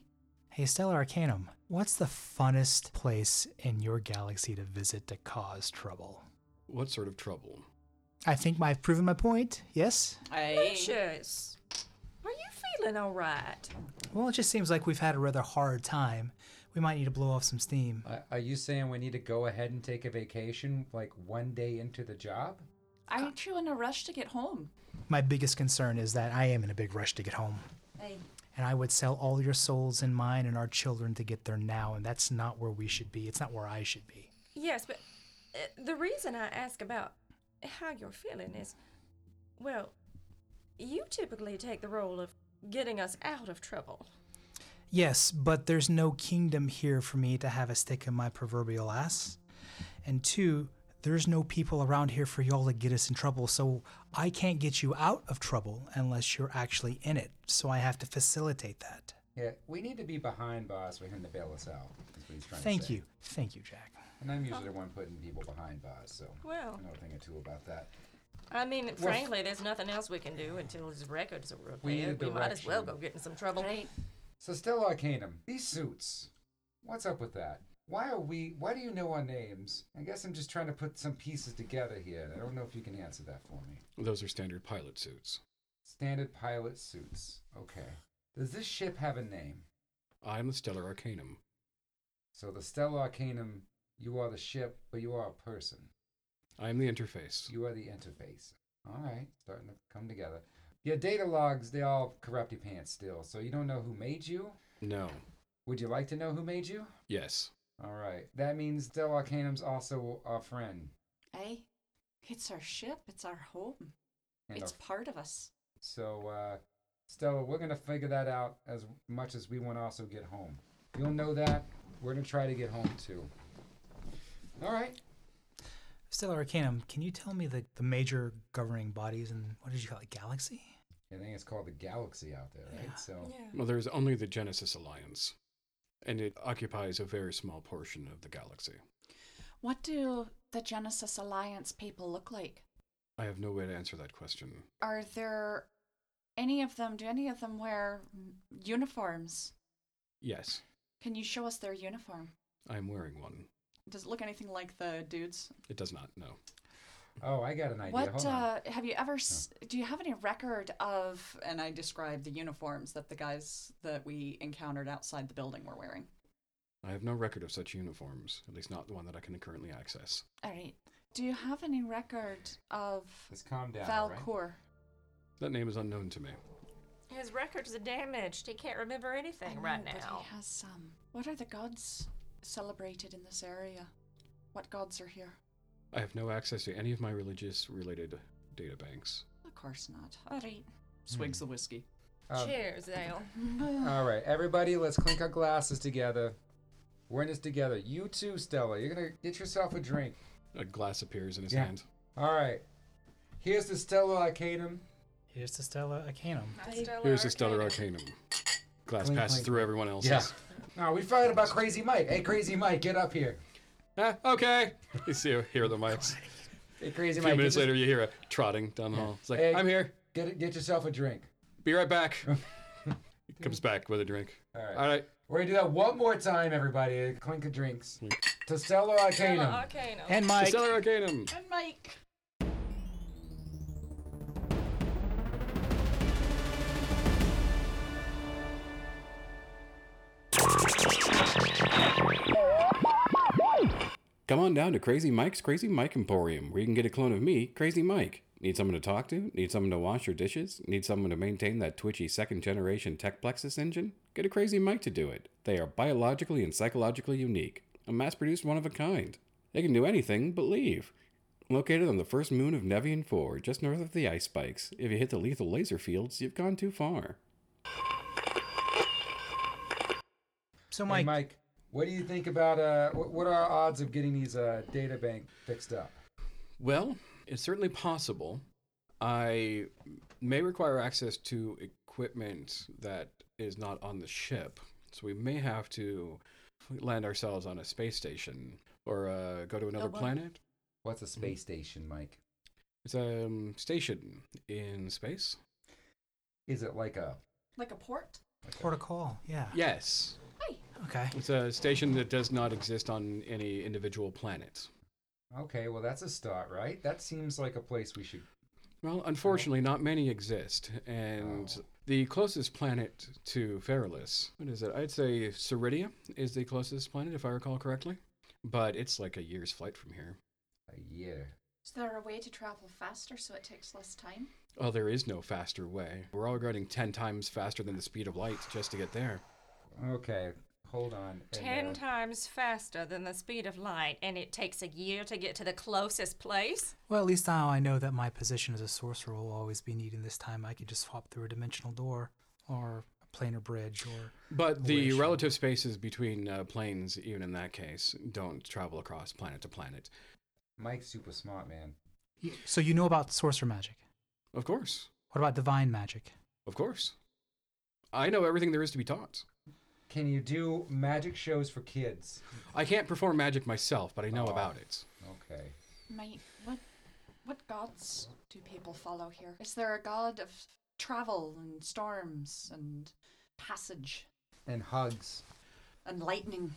Speaker 6: Hey, Stellar Arcanum, what's the funnest place in your galaxy to visit to cause trouble?
Speaker 2: What sort of trouble?
Speaker 6: I think I've proven my point. Yes.
Speaker 3: Lucius, are you feeling all right?
Speaker 6: Well, it just seems like we've had a rather hard time. We might need to blow off some steam.
Speaker 5: Are- are you saying we need to go ahead and take a vacation, like one day into the job?
Speaker 4: I Aren't you in a rush to get home?
Speaker 6: My biggest concern is that I am in a big rush to get home,
Speaker 4: Hey.
Speaker 6: and I would sell all your souls and mine and our children to get there now, and that's not where we should be. It's not where I should be.
Speaker 3: Yes, but uh, the reason I ask about how you're feeling is, well, you typically take the role of getting us out of trouble.
Speaker 6: Yes, but there's no kingdom here for me to have a stick in my proverbial ass. And two, there's no people around here for y'all to get us in trouble, so I can't get you out of trouble unless you're actually in it. So I have to facilitate that.
Speaker 5: Yeah, we need to be behind boss for him to bail us out. Is what he's trying to
Speaker 6: Thank
Speaker 5: say.
Speaker 6: you. Thank you, Jack.
Speaker 5: And I'm usually the one putting people behind boss, so
Speaker 3: Well.
Speaker 5: I know a thing or two about that.
Speaker 3: I mean, frankly, there's nothing else we can do until his records are repaired.
Speaker 5: We
Speaker 3: We,
Speaker 5: need a
Speaker 3: might as well go
Speaker 5: direction.
Speaker 3: get in some trouble.
Speaker 4: Right.
Speaker 5: So Stella Arcanum, these suits. What's up with that? Why are we why do you know our names? I guess I'm just trying to put some pieces together here. and I don't know if you can answer that for me.
Speaker 2: Those are standard pilot suits.
Speaker 5: Standard pilot suits. Okay. Does this ship have a name?
Speaker 2: I'm the Stellar Arcanum.
Speaker 5: So the Stella Arcanum, you are the ship, but you are a person.
Speaker 2: I'm the interface.
Speaker 5: You are the interface. All right, starting to come together. Your data logs, they all corrupt your pants still, so you don't know who made you.
Speaker 2: No.
Speaker 5: Would you like to know who made you?
Speaker 2: Yes.
Speaker 5: All right. That means Del Arcanum's also our friend.
Speaker 4: Hey. It's our ship. It's our home.
Speaker 5: And
Speaker 4: it's
Speaker 5: our-
Speaker 4: part of us.
Speaker 5: so, uh, Stella, we're going to figure that out as much as we want to also get home. You'll know that. We're going to try to get home too. All right.
Speaker 6: Stellar Arcanum, can you tell me the, the major governing bodies and what did you call it? Galaxy?
Speaker 5: I think it's called the galaxy out there, right?
Speaker 6: Yeah.
Speaker 5: So,
Speaker 3: Yeah.
Speaker 2: Well, there's only the Genesis Alliance, and it occupies a very small portion of the galaxy.
Speaker 4: What do the Genesis Alliance people look like?
Speaker 2: I have no way to answer that question.
Speaker 4: Are there any of them? Do any of them wear uniforms?
Speaker 2: Yes,
Speaker 4: Can you show us their uniform?
Speaker 2: I'm wearing one.
Speaker 4: Does it look anything like the dudes?
Speaker 2: It does not, no.
Speaker 5: oh, I got an idea.
Speaker 4: what
Speaker 5: Hold on.
Speaker 4: uh, have you ever? S- Do you have any record of? And I described the uniforms that the guys that we encountered outside the building were wearing.
Speaker 2: I have no record of such uniforms, at least not the one that I can currently access.
Speaker 4: All right. Do you have any record of
Speaker 5: Let's calm down. all right?
Speaker 4: Valcour?
Speaker 2: That name is unknown to me.
Speaker 3: His records are damaged. He can't remember
Speaker 4: I
Speaker 3: anything
Speaker 4: know,
Speaker 3: right
Speaker 4: But
Speaker 3: now.
Speaker 4: he has some. What are the gods celebrated in this area? What gods are here?
Speaker 2: I have no access to any of my religious related data banks.
Speaker 4: Of course not. All right.
Speaker 5: Hmm.
Speaker 4: Swigs the whiskey.
Speaker 5: Um,
Speaker 3: Cheers, Dale.
Speaker 5: All right, everybody, let's clink our glasses together. We're in this together. You too, Stella. You're gonna get yourself a drink.
Speaker 2: A glass appears in his
Speaker 5: Yeah.
Speaker 2: hand.
Speaker 5: All right. Here's the Stella Arcanum.
Speaker 6: Here's the Stellar Arcanum.
Speaker 2: Here's the Stellar Arcanum. Glass
Speaker 5: Clink,
Speaker 2: passes
Speaker 5: clink.
Speaker 2: through everyone else's.
Speaker 5: Yeah. No, we forgot about Crazy Mike. Hey, Crazy Mike, get up here.
Speaker 2: Ah, okay. You see, hear the mics.
Speaker 5: [laughs] Hey, Crazy
Speaker 2: A
Speaker 5: Mike.
Speaker 2: few minutes
Speaker 5: get your-
Speaker 2: later, you hear a trotting down the hall. It's like,
Speaker 5: Hey.
Speaker 2: I'm here.
Speaker 5: get get yourself a drink.
Speaker 2: Be right back. He Comes back with a drink.
Speaker 5: All right.
Speaker 2: All right.
Speaker 5: We're gonna do that one more time, everybody. Clink of drinks.
Speaker 2: Hmm.
Speaker 5: To Stella Arcanum.
Speaker 3: Arcanum.
Speaker 6: And
Speaker 2: The
Speaker 6: Mike.
Speaker 2: Stellar Arcanum.
Speaker 4: And Mike.
Speaker 1: Come on down to Crazy Mike's Crazy Mike Emporium, where you can get a clone of me, Crazy Mike. Need someone to talk to? Need someone to wash your dishes? Need someone to maintain that twitchy second generation Techplexus engine? Get a Crazy Mike to do it. They are biologically and psychologically unique, a mass produced one of a kind. They can do anything but leave. Located on the first moon of Nevian 4, just north of the ice spikes, if you hit the lethal laser fields, you've gone too far.
Speaker 6: So,
Speaker 5: Hey,
Speaker 6: Mike,
Speaker 5: Mike, what do you think about uh? wh- What are our odds of getting these uh data bank fixed up?
Speaker 2: Well, it's certainly possible. I may require access to equipment that is not on the ship, so we may have to land ourselves on a space station or uh, go to another
Speaker 3: wow.
Speaker 2: planet.
Speaker 5: What's a space
Speaker 2: Hmm.
Speaker 5: station, Mike?
Speaker 2: It's a um, station in space.
Speaker 5: Is it like a
Speaker 4: Like a port?
Speaker 5: like a-
Speaker 6: Port of call. Yeah.
Speaker 2: Yes,
Speaker 6: Okay.
Speaker 2: it's a station that does not exist on any individual planet.
Speaker 5: Okay, well that's a start, right? That seems like a place we should.
Speaker 2: Well, unfortunately, not many exist, and
Speaker 5: Oh.
Speaker 2: the closest planet to Feralus, what is it? I'd say Ceridia is the closest planet, if I recall correctly. But it's like a year's flight from here.
Speaker 5: A year.
Speaker 4: Is there a way to travel faster so it takes less time?
Speaker 2: Oh, there is no faster way. We're all going ten times faster than the speed of light just to get there.
Speaker 5: Okay, hold on. And,
Speaker 3: Ten
Speaker 5: uh,
Speaker 3: times faster than the speed of light, and it takes a year to get to the closest place?
Speaker 6: Well, at least now I know that my position as a sorcerer will always be needed. This time I could just swap through a dimensional door or a planar bridge or.
Speaker 2: But the
Speaker 6: Relation.
Speaker 2: relative spaces between uh, planes, even in that case, don't travel across planet to planet.
Speaker 5: Mike's super smart, man.
Speaker 6: So you know about sorcerer magic.
Speaker 2: Of course,
Speaker 6: What about divine magic?
Speaker 2: of course. I know everything there is to be taught.
Speaker 5: Can you do magic shows for kids?
Speaker 2: I can't perform magic myself, but I know
Speaker 5: Oh.
Speaker 2: about it.
Speaker 5: Okay.
Speaker 4: Mate, what what gods do people follow here? Is there a god of travel and storms and passage
Speaker 5: And hugs.
Speaker 4: and lightning?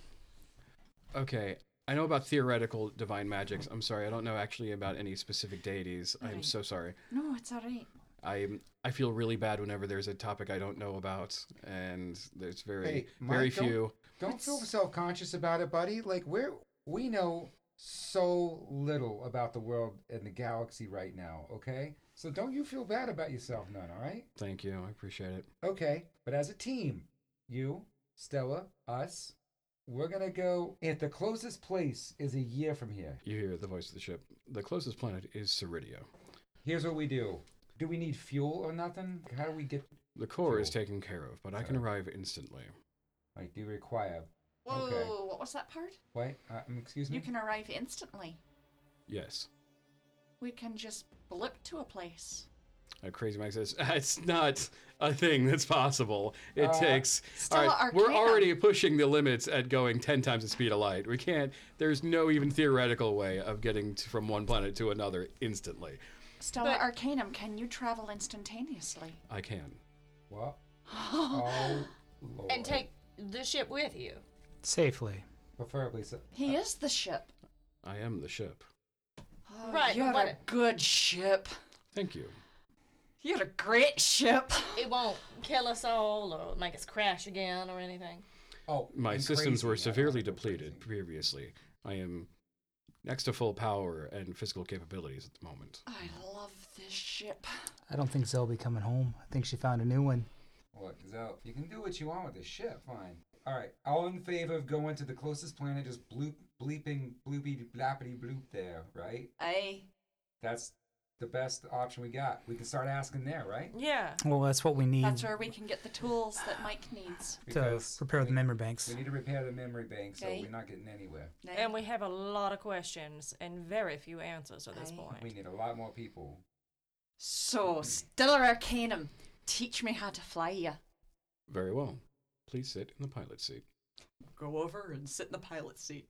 Speaker 2: Okay, I know about theoretical divine magics. I'm sorry, I don't know actually about any specific deities. I'm
Speaker 3: Right.
Speaker 2: so sorry.
Speaker 4: No, it's all right.
Speaker 2: I I feel really bad whenever there's a topic I don't know about, and there's very
Speaker 5: Hey,
Speaker 2: very
Speaker 5: Mike, don't-
Speaker 2: few.
Speaker 5: Don't feel self-conscious about it, buddy. Like we're we know so little about the world and the galaxy right now. Okay, so don't you feel bad about yourself, none. All right.
Speaker 2: Thank you, I appreciate it.
Speaker 5: Okay, but as a team, you, Stella, us, we're gonna go. If the closest place is a year from here,
Speaker 2: You hear the voice of the ship. The closest planet is Ceridio.
Speaker 5: here's what we do. Do we need fuel or nothing? How do we get?
Speaker 2: The core is
Speaker 5: Cool.
Speaker 2: taken care of, but I can
Speaker 5: Sorry.
Speaker 2: arrive instantly.
Speaker 5: Like, do you require?
Speaker 4: Whoa,
Speaker 5: Okay.
Speaker 4: what was that part?
Speaker 5: Wait, uh, um, excuse me.
Speaker 4: You can arrive instantly.
Speaker 2: Yes.
Speaker 4: We can just blip to a place.
Speaker 2: A crazy Mike says, [laughs] it's not a thing that's possible. It
Speaker 5: Uh,
Speaker 2: takes.
Speaker 4: Stella
Speaker 2: we're
Speaker 4: Arcana.
Speaker 2: already pushing the limits at going 10 times the speed of light. We can't, there's no even theoretical way of getting to, from one planet to another instantly.
Speaker 4: Stella
Speaker 3: But-
Speaker 4: Arcanum, can you travel instantaneously?
Speaker 2: I can.
Speaker 5: What? Oh, Lord.
Speaker 3: And take the ship with you.
Speaker 6: Safely.
Speaker 5: preferably. So,
Speaker 4: He is the ship.
Speaker 2: I am the ship.
Speaker 4: Oh,
Speaker 3: Right, but
Speaker 4: You're
Speaker 3: what-
Speaker 4: a good ship.
Speaker 2: Thank you.
Speaker 4: You're a great ship.
Speaker 3: It won't kill us all or make us crash again or anything.
Speaker 5: oh,
Speaker 2: My
Speaker 5: and
Speaker 2: systems
Speaker 5: crazy. I
Speaker 2: were
Speaker 5: don't
Speaker 2: severely
Speaker 5: wanna go
Speaker 2: depleted
Speaker 5: crazy.
Speaker 2: previously. I am next to full power and physical capabilities at the moment.
Speaker 4: I love this ship.
Speaker 6: I don't think Zell be coming home. I think she found a new one.
Speaker 5: Look, Zelf, you can do what you want with this shit. Fine. All right. All in favor of going to the closest planet, just bloop, bleeping, bloopy, blappity, bloop there, right?
Speaker 4: I
Speaker 5: That's the best option we got. We can start asking there, right?
Speaker 3: Yeah.
Speaker 6: Well, that's what we need
Speaker 4: That's where we can get the tools that Mike needs.
Speaker 6: to
Speaker 5: Because
Speaker 6: repair the
Speaker 5: we-
Speaker 6: memory banks.
Speaker 5: We need to repair the memory bank, so
Speaker 4: Okay.
Speaker 5: we're not getting anywhere.
Speaker 4: Nay.
Speaker 3: And we have a lot of questions and very few answers at this
Speaker 4: Aye.
Speaker 3: point.
Speaker 5: We need a lot more people.
Speaker 4: So, Stellar Arcanum, teach me how to fly you.
Speaker 2: Very well. Please sit in the pilot seat.
Speaker 4: Go over and sit in the pilot seat.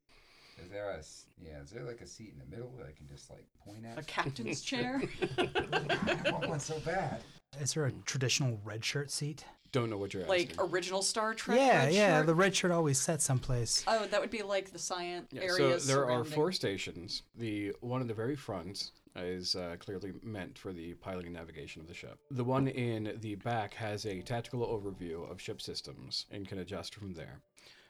Speaker 5: Is there a s- yeah? Is there like a seat in the middle that I can just like point
Speaker 4: A
Speaker 5: [laughs]
Speaker 2: [laughs]
Speaker 5: at?
Speaker 4: captain's chair.
Speaker 5: I want one so bad.
Speaker 6: Is there a traditional red shirt seat?
Speaker 2: Don't know what you're
Speaker 4: like
Speaker 2: asking.
Speaker 4: original Star Trek.
Speaker 6: yeah,
Speaker 4: red
Speaker 6: yeah.
Speaker 4: shirt.
Speaker 6: The red shirt always sat someplace.
Speaker 4: Oh, that would be like the science
Speaker 2: Yeah,
Speaker 4: areas.
Speaker 2: so there are
Speaker 4: surrounding-
Speaker 2: four stations. The one in the very front is uh, clearly meant for the piloting navigation of the ship. The one in the back has a tactical overview of ship systems and can adjust from there.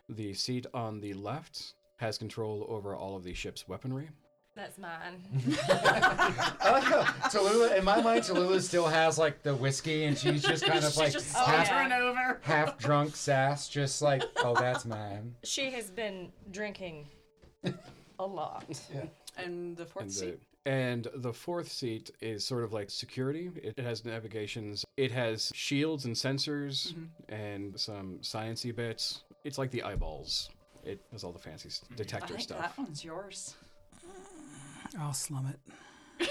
Speaker 2: The seat on the left has control over all of the ship's weaponry.
Speaker 3: That's mine.
Speaker 5: [laughs] I like how Tallulah, in my mind, Tallulah still has like the whiskey, and she's just kind of like
Speaker 7: Oh,
Speaker 4: just
Speaker 5: half,
Speaker 3: sauntering
Speaker 4: over.
Speaker 5: half drunk sass, just like, oh, that's mine.
Speaker 3: she has been drinking a lot.
Speaker 4: And the fourth
Speaker 2: And the,
Speaker 4: seat.
Speaker 2: and the fourth seat is sort of like security. It, it has navigations. It has shields and sensors
Speaker 4: Mm-hmm.
Speaker 2: and some sciency bits. It's like the eyeballs. It has all the fancy s-
Speaker 4: Mm-hmm. I
Speaker 2: detector
Speaker 4: think
Speaker 2: stuff.
Speaker 4: that one's yours.
Speaker 6: I'll slum it.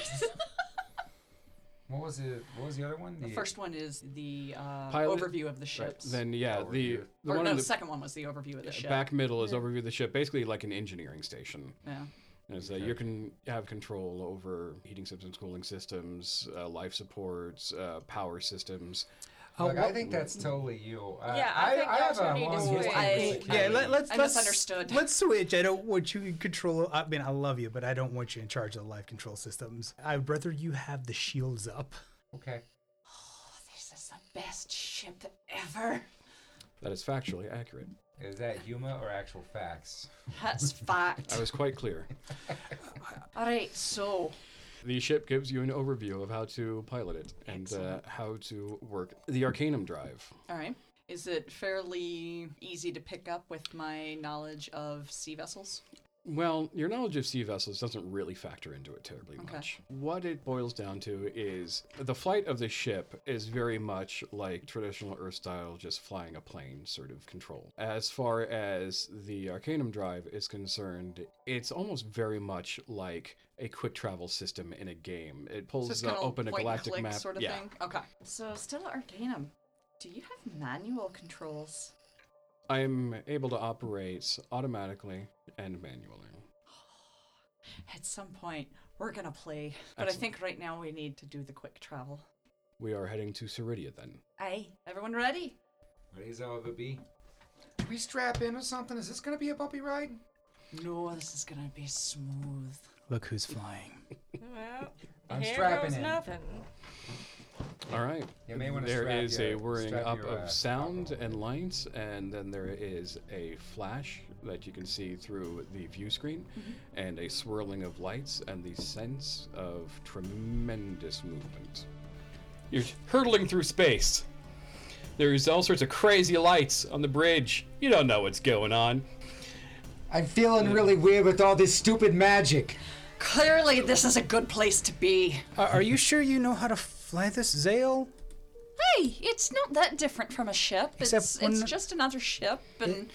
Speaker 5: What was it? What was the other one?
Speaker 4: The first one is the uh,
Speaker 2: Pilot-
Speaker 4: overview of the ships.
Speaker 2: Then yeah,
Speaker 5: Power
Speaker 2: the
Speaker 5: here.
Speaker 2: the
Speaker 4: or
Speaker 2: one
Speaker 4: no,
Speaker 2: in
Speaker 4: the
Speaker 2: the
Speaker 4: second one was the overview of the ship.
Speaker 2: back middle is overview of the ship, basically like an engineering station.
Speaker 4: Yeah.
Speaker 2: And so you can have control over heating systems, cooling systems, uh, life supports, uh, power systems.
Speaker 6: Oh,
Speaker 5: Look, I
Speaker 6: what-
Speaker 5: think that's totally you. Uh,
Speaker 3: Yeah, I think y'all
Speaker 5: have
Speaker 3: two
Speaker 5: a
Speaker 3: need to
Speaker 5: long history
Speaker 3: switch.
Speaker 4: I-
Speaker 5: with security.
Speaker 6: Yeah, let, let's.
Speaker 4: I
Speaker 6: let's-
Speaker 4: misunderstood.
Speaker 6: Let's switch. I don't want you in control. I mean, I love you, but I don't want you in charge of the life control systems. I'd rather you have the shields up.
Speaker 5: Okay.
Speaker 4: Oh, this is the best ship ever.
Speaker 2: That is factually accurate.
Speaker 5: Is that humor or actual [laughs] facts?
Speaker 2: [laughs]
Speaker 4: That's fact.
Speaker 2: I was quite
Speaker 4: [laughs]
Speaker 2: clear.
Speaker 4: All right, so
Speaker 2: The ship gives you an overview of how to pilot it and uh, how to work the Arcanum drive.
Speaker 4: all right, is it fairly easy to pick up with my knowledge of sea vessels?
Speaker 2: Well, your knowledge of sea vessels doesn't really factor into it terribly
Speaker 4: Okay.
Speaker 2: much. What it boils down to is the flight of the ship is very much like traditional Earth style, just flying a plane sort of control. As far as the Arcanum Drive is concerned, it's almost very much like a quick travel system in a game. It
Speaker 4: So
Speaker 2: pulls
Speaker 4: it's
Speaker 2: uh,
Speaker 4: kinda
Speaker 2: open a
Speaker 4: point and
Speaker 2: galactic
Speaker 4: click
Speaker 2: map.
Speaker 4: sort of
Speaker 2: yeah.
Speaker 4: thing. Okay. So Stella Arcanum, do you have manual controls?
Speaker 2: I'm able to operate automatically and manually.
Speaker 4: At some point, we're gonna play, but
Speaker 2: Excellent.
Speaker 4: I think right now we need to do the quick travel.
Speaker 2: We are heading to Ceridia then.
Speaker 4: Aye, everyone ready?
Speaker 5: Raise all the B. Do we strap in or something? Is this gonna be a bumpy ride?
Speaker 4: No, this is gonna be smooth.
Speaker 6: Look who's flying.
Speaker 3: Well,
Speaker 5: I'm
Speaker 3: here
Speaker 5: strapping
Speaker 3: goes
Speaker 5: in.
Speaker 3: nothing.
Speaker 2: All right.
Speaker 5: You may wanna
Speaker 2: There
Speaker 5: strap
Speaker 2: is
Speaker 5: your-
Speaker 2: a whirring
Speaker 5: strap
Speaker 2: up
Speaker 5: your, uh,
Speaker 2: of sound
Speaker 5: alcohol.
Speaker 2: and lights, and then there is a flash that you can see through the view screen,
Speaker 5: Mm-hmm.
Speaker 2: and a swirling of lights, and the sense of tremendous movement. You're hurtling through space. There's all sorts of crazy lights on the bridge. You don't know what's going on.
Speaker 5: I'm feeling really weird with all this stupid magic.
Speaker 4: Clearly, this is a good place to be.
Speaker 6: Are, are you sure you know how to fly this Zale?
Speaker 4: Hey, it's not that different from a ship.
Speaker 6: Except
Speaker 4: it's
Speaker 6: when-
Speaker 4: it's just another ship, and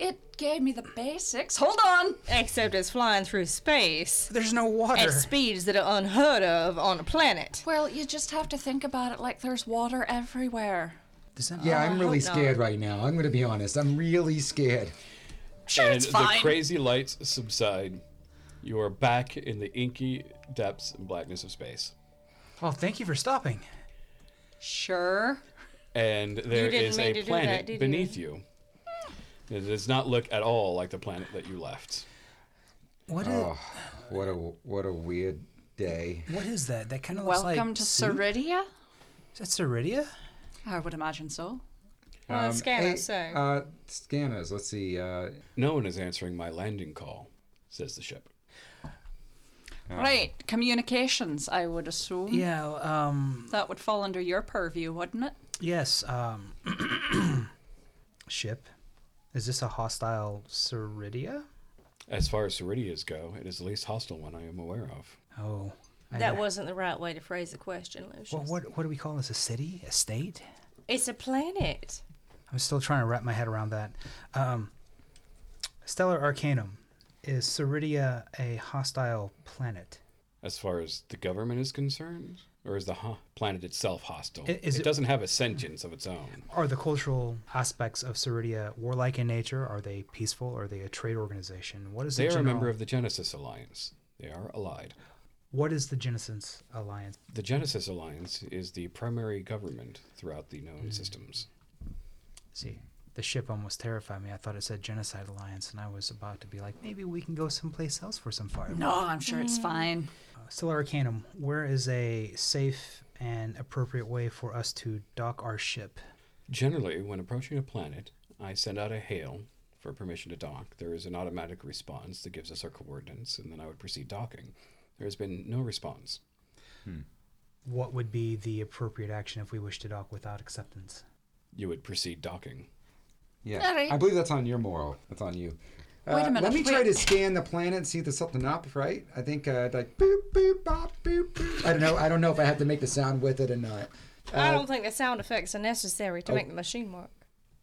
Speaker 4: it gave me the basics. Hold on.
Speaker 7: Except it's flying through space
Speaker 6: There's no water.
Speaker 7: at speeds that are unheard of on a planet.
Speaker 4: Well, you just have to think about it like there's water everywhere.
Speaker 6: Does that-
Speaker 5: Yeah, I'm really
Speaker 7: Oh, hope not.
Speaker 5: scared right now. I'm gonna be honest. I'm really scared.
Speaker 4: Sure,
Speaker 2: and
Speaker 4: it's
Speaker 2: the
Speaker 4: fine.
Speaker 2: crazy lights subside. You are back in the inky depths and blackness of space.
Speaker 6: Well, thank you for stopping.
Speaker 4: sure.
Speaker 2: and there
Speaker 7: didn't
Speaker 2: is
Speaker 7: mean
Speaker 2: a
Speaker 7: to do that,
Speaker 2: planet
Speaker 7: did you?
Speaker 2: beneath you. It does not look at all like the planet that you left.
Speaker 6: What, i-
Speaker 5: What a what a weird day.
Speaker 6: what is that? That kind of looks like.
Speaker 4: Welcome to
Speaker 6: soup?
Speaker 4: Ceridia.
Speaker 6: Is that Ceridia?
Speaker 4: I would imagine so.
Speaker 7: Well, scanner,
Speaker 5: Um, hey,
Speaker 7: so.
Speaker 5: Uh, scanners. Let's see. Uh,
Speaker 2: No one is answering my landing call, says the ship. Oh.
Speaker 4: Right, communications. I would assume
Speaker 6: Yeah. Um.
Speaker 4: that would fall under your purview, wouldn't it?
Speaker 6: Yes. Um. [clears throat] ship. Is this a hostile Ceridia?
Speaker 2: As far as Ceridias go, it is the least hostile one I am aware of.
Speaker 6: Oh. I-
Speaker 3: That wasn't the right way to phrase the question, Lucius.
Speaker 6: Well, what what do we call this? A city? A state?
Speaker 3: It's a planet.
Speaker 6: I'm still trying to wrap my head around that. Um, Stellar Arcanum. Is Ceridia a hostile planet?
Speaker 2: As far as the government is concerned, or is the ho- planet itself hostile?
Speaker 6: I- is
Speaker 2: it,
Speaker 6: it-
Speaker 2: doesn't have a sentience of its own.
Speaker 6: Are the cultural aspects of Ceridia warlike in nature? Are they peaceful? Are they a trade organization? What is
Speaker 2: They are
Speaker 6: the
Speaker 2: a
Speaker 6: general,
Speaker 2: member of the Genesis Alliance. They are allied.
Speaker 6: What is the Genesis Alliance?
Speaker 2: The Genesis Alliance is the primary government throughout the
Speaker 6: Hmm.
Speaker 2: known systems.
Speaker 6: See, the ship almost terrified me. I thought it said Genocide Alliance, and I was about to be like, maybe we can go someplace else for some fireworks.
Speaker 4: No, I'm sure it's fine.
Speaker 6: Stellar Arcanum, where is a safe and appropriate way for us to dock our ship?
Speaker 2: Generally, when approaching a planet, I send out a hail for permission to dock. There is an automatic response that gives us our coordinates, and then I would proceed docking. There has been no response.
Speaker 6: What would be the appropriate action if we wish to dock without acceptance?
Speaker 2: You would proceed docking.
Speaker 5: yeah. I believe that's on your moral. That's on you. Uh,
Speaker 4: Wait a minute,
Speaker 5: Let me
Speaker 4: wait.
Speaker 5: try to scan the planet and see if there's something up, right? I think uh, like boop boop bop boop boop. I don't know. I don't know if I have to make the sound with it or not. Uh,
Speaker 7: I don't think the sound effects are necessary
Speaker 5: oh.
Speaker 7: to make the machine work.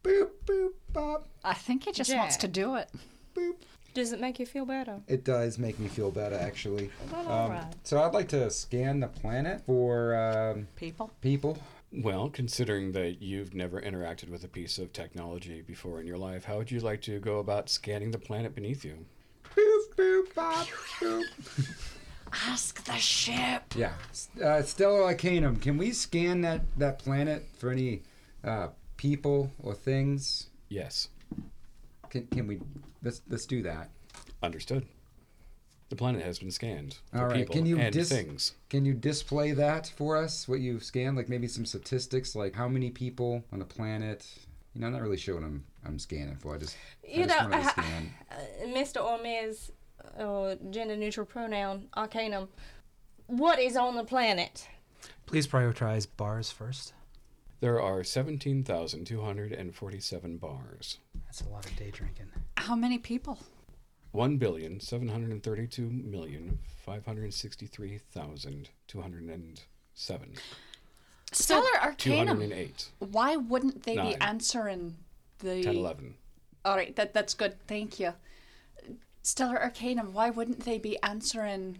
Speaker 5: Boop boop bop
Speaker 4: I think he just wants
Speaker 7: Jack.
Speaker 4: to do it.
Speaker 5: boop.
Speaker 7: Does it make you feel better?
Speaker 5: It does make me feel better, actually.
Speaker 7: Well, all
Speaker 5: Um,
Speaker 7: right.
Speaker 5: so I'd like to scan the planet for um,
Speaker 4: People.
Speaker 5: people.
Speaker 2: Well, considering that you've never interacted with a piece of technology before in your life, how would you like to go about scanning the planet beneath you?
Speaker 5: Boop, boop, bop, boop.
Speaker 4: Ask the ship.
Speaker 5: Yeah. S- Uh, Stellar Arcanum, can we scan that, that planet for any uh, people or things?
Speaker 2: Yes,
Speaker 5: Can, can we? Let's, let's do that.
Speaker 2: understood. The planet has been scanned for
Speaker 5: All right,
Speaker 2: people
Speaker 5: can you
Speaker 2: and
Speaker 5: dis-
Speaker 2: things.
Speaker 5: Can you display that for us? What you've scanned, like maybe some statistics, like how many people on the planet. You know, I'm not really sure what I'm I'm scanning for. I just
Speaker 7: You
Speaker 5: I
Speaker 7: know,
Speaker 5: just wanted
Speaker 7: I-
Speaker 5: to scan.
Speaker 7: Uh, Mr. or Ms. or gender neutral pronoun, Arcanum. What is on the planet?
Speaker 6: Please prioritize bars first.
Speaker 2: There are 17,247 bars.
Speaker 6: That's a lot of day drinking.
Speaker 4: How many people?
Speaker 2: 1,732,563,207.
Speaker 4: Stellar Arcanum.
Speaker 2: 208.
Speaker 4: Why wouldn't they
Speaker 2: Nine.
Speaker 4: be answering the?
Speaker 2: 10, 11.
Speaker 4: All right, that that's good. Thank you. Stellar Arcanum. Why wouldn't they be answering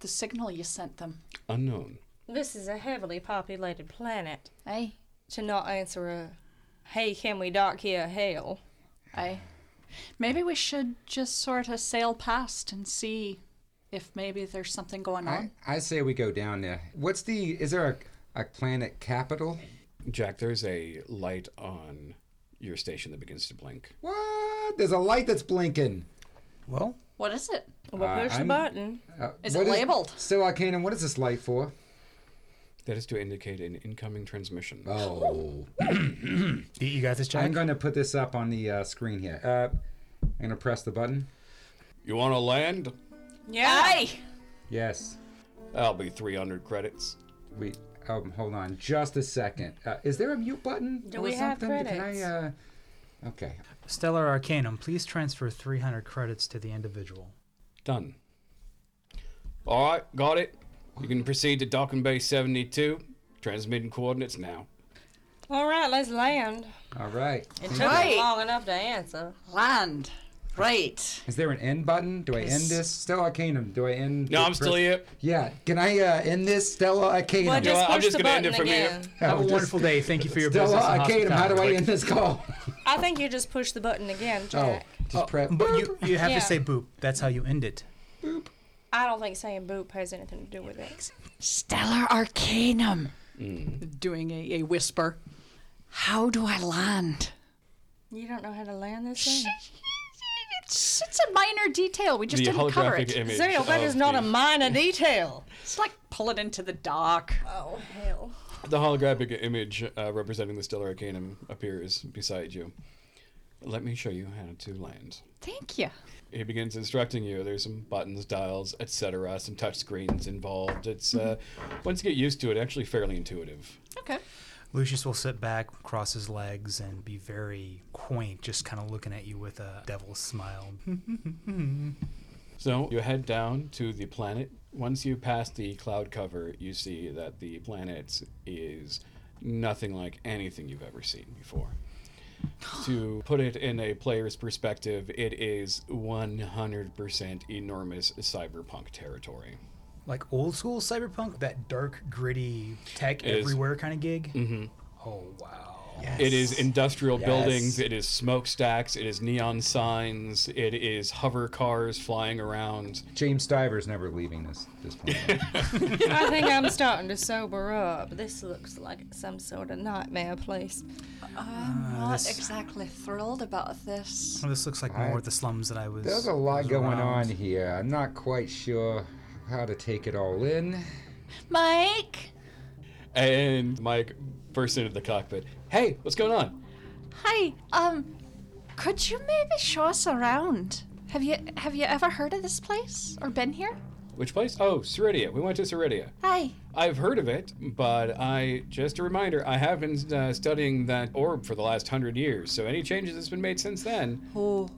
Speaker 4: the signal you sent them?
Speaker 2: Unknown.
Speaker 7: This is a heavily populated planet.
Speaker 4: Aye,
Speaker 7: To not answer a, hey, can we dock here? Hail.
Speaker 4: aye. Maybe we should just sort of sail past and see if maybe there's something going on.
Speaker 5: I, I say we go down there. What's the? Is there a, a planet capital?
Speaker 2: Jack, there's a light on your station that begins to blink.
Speaker 5: What? There's a light that's blinking.
Speaker 6: Well,
Speaker 4: What is it?
Speaker 7: We'll push
Speaker 5: I'm-
Speaker 7: the button.
Speaker 5: Uh,
Speaker 4: Is it
Speaker 5: what
Speaker 4: labeled?
Speaker 5: Stellar Arcanum. What is this light for?
Speaker 2: That is to indicate an incoming transmission.
Speaker 5: Oh.
Speaker 6: you, you got this, Jack.
Speaker 5: I'm going to put this up on the uh, screen here. Uh, I'm going to press the button.
Speaker 2: You want to land?
Speaker 7: Yeah.
Speaker 5: Yes.
Speaker 2: That'll be 300 credits.
Speaker 5: We. Um, hold on, just a second. Uh, is there a mute button
Speaker 7: Do
Speaker 5: or
Speaker 7: we have
Speaker 5: something?
Speaker 7: credits?
Speaker 5: Can I? Uh, okay.
Speaker 6: Stellar Arcanum, please transfer 300 credits to the individual.
Speaker 2: Done. All right, got it. You can proceed to docking bay 72. Transmitting coordinates now.
Speaker 7: All right, let's land.
Speaker 5: All right.
Speaker 7: It took
Speaker 4: Right.
Speaker 7: me long enough to answer.
Speaker 4: Land. Right.
Speaker 5: Is there an end button? Do I end this? Stellar Arcanum. Do I end?
Speaker 2: No, I'm still here.
Speaker 5: Yeah. Can I uh, end this? Stellar Arcanum.
Speaker 7: Well, just
Speaker 2: what? I'm
Speaker 7: push
Speaker 2: just
Speaker 7: the
Speaker 2: gonna end
Speaker 7: button
Speaker 2: it from here.
Speaker 7: again.
Speaker 6: Have
Speaker 5: Oh,
Speaker 6: a
Speaker 5: just-
Speaker 6: wonderful day. Thank you for your
Speaker 5: Stellar
Speaker 6: business. and
Speaker 5: Arcanum. How do I
Speaker 6: hospitality.
Speaker 5: end this call?
Speaker 7: I think you just push the button again,
Speaker 5: Oh,
Speaker 7: Jack.
Speaker 5: just prep.
Speaker 6: But you, you have
Speaker 7: Yeah.
Speaker 6: to say boop. That's how you end it.
Speaker 7: I don't think saying boop has anything to do with it.
Speaker 4: Stellar Arcanum. Mm. Doing a, a whisper. How do I land?
Speaker 7: You don't know how to land this thing?
Speaker 4: [laughs] It's, it's a minor detail. We just
Speaker 2: the
Speaker 4: didn't cover
Speaker 2: holographic
Speaker 4: it.
Speaker 2: image.
Speaker 7: Zale, that
Speaker 2: of
Speaker 7: is not
Speaker 2: the,
Speaker 7: a minor detail.
Speaker 4: It's like pulling into the dock.
Speaker 7: Oh, hell.
Speaker 2: The holographic image uh, representing the stellar arcanum appears beside you. Let me show you how to land.
Speaker 4: Thank you.
Speaker 2: He begins instructing you. There's some buttons, dials, etc., some touch screens involved. It's uh, once you get used to it, actually fairly intuitive.
Speaker 4: Okay.
Speaker 6: Lucius will sit back, cross his legs, and be very quaint, just kind of looking at you with a devil's smile.
Speaker 2: So you head down to the planet. Once you pass the cloud cover, you see that the planet is nothing like anything you've ever seen
Speaker 6: [sighs]
Speaker 2: before. to put it in a player's perspective, it is 100% enormous cyberpunk territory.
Speaker 6: Like old school cyberpunk, that dark, gritty tech
Speaker 2: It is.
Speaker 6: everywhere kind of gig. Mm-hmm. Oh wow! Yes.
Speaker 2: It is industrial
Speaker 6: Yes.
Speaker 2: buildings, it is smokestacks, it is neon signs, it is hover cars flying around.
Speaker 5: James Stiver's never leaving this this planet.
Speaker 7: I think I'm starting to sober up. This looks like some sort of nightmare place.
Speaker 4: I'm not
Speaker 6: this-
Speaker 4: exactly thrilled about this.
Speaker 6: Well, Oh, this looks like
Speaker 5: I-
Speaker 6: more of the slums that I was.
Speaker 5: There's a
Speaker 6: was
Speaker 5: lot going on
Speaker 6: around.
Speaker 5: here. I'm not quite sure how to take it all in.
Speaker 4: Mike,
Speaker 2: And Mike bursts into the cockpit. Hey, what's going on?
Speaker 4: hi. Um, could you maybe show us around? Have you have you ever heard of this place or been here?
Speaker 2: Which place? Oh, Ceridia. We went to Ceridia.
Speaker 4: Hi.
Speaker 2: I've heard of it, but I just a reminder, I have been uh, studying that orb for the last hundred years. So any changes that's been made since then,
Speaker 4: Oh,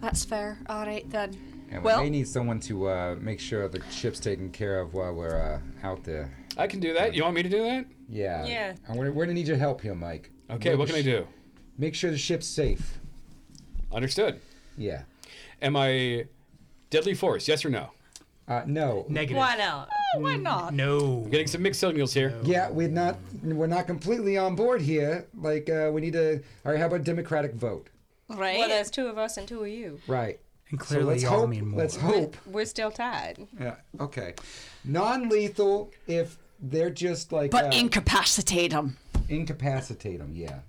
Speaker 4: that's fair. All right then.
Speaker 5: And
Speaker 4: Well-
Speaker 5: we may need someone to uh, make sure the ship's taken care of while we're uh, out there.
Speaker 2: I can do that. You want me to do that?
Speaker 5: Yeah.
Speaker 7: Yeah.
Speaker 5: And we're, we're gonna need your help here, Mike.
Speaker 2: Okay.
Speaker 5: Make
Speaker 2: What can I
Speaker 5: sh-
Speaker 2: do?
Speaker 5: Make sure the ship's safe.
Speaker 2: Understood.
Speaker 5: Yeah.
Speaker 2: Am I deadly force? Yes or no?
Speaker 5: Uh, no.
Speaker 6: Negative.
Speaker 3: Why not?
Speaker 4: Why not?
Speaker 6: No.
Speaker 2: I'm getting some mixed signals here.
Speaker 5: Yeah, we're not we're not completely on board here. Like uh, we need to. All right, how about democratic vote?
Speaker 4: Right?
Speaker 7: Well, there's two of us and two of you.
Speaker 5: Right.
Speaker 6: And
Speaker 5: So
Speaker 6: clearly,
Speaker 5: let's
Speaker 6: y'all
Speaker 5: hope.
Speaker 6: mean more.
Speaker 5: Let's hope.
Speaker 7: We're still tied.
Speaker 5: Yeah. Okay. Non-lethal if they're just like
Speaker 4: but
Speaker 5: uh,
Speaker 4: incapacitate him.
Speaker 5: incapacitate them. Yeah.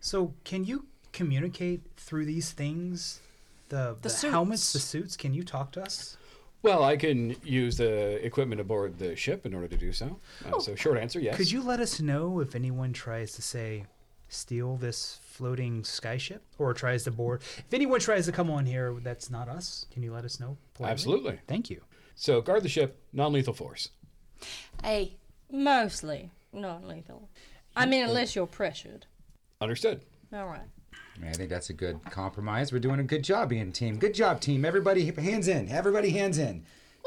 Speaker 6: So, can you communicate through these things? The, the, helmets, the suits. Can you talk to us?
Speaker 2: Well, I can use the equipment aboard the ship in order to do so. Uh, So, short answer, yes.
Speaker 6: Oh, Could you let us know if anyone tries to say steal this floating skyship or tries to board? If anyone tries to come on here, that's not us. Can you let us know? politely?
Speaker 2: Absolutely.
Speaker 6: Thank you.
Speaker 2: So, guard the ship, non lethal force.
Speaker 4: Hey,
Speaker 7: Mostly non-lethal. I mean, unless you're pressured.
Speaker 2: Understood.
Speaker 7: All right.
Speaker 5: I, mean, I think that's a good compromise. We're doing a good job being team. Good job, team. Everybody, hands in. Everybody, hands in.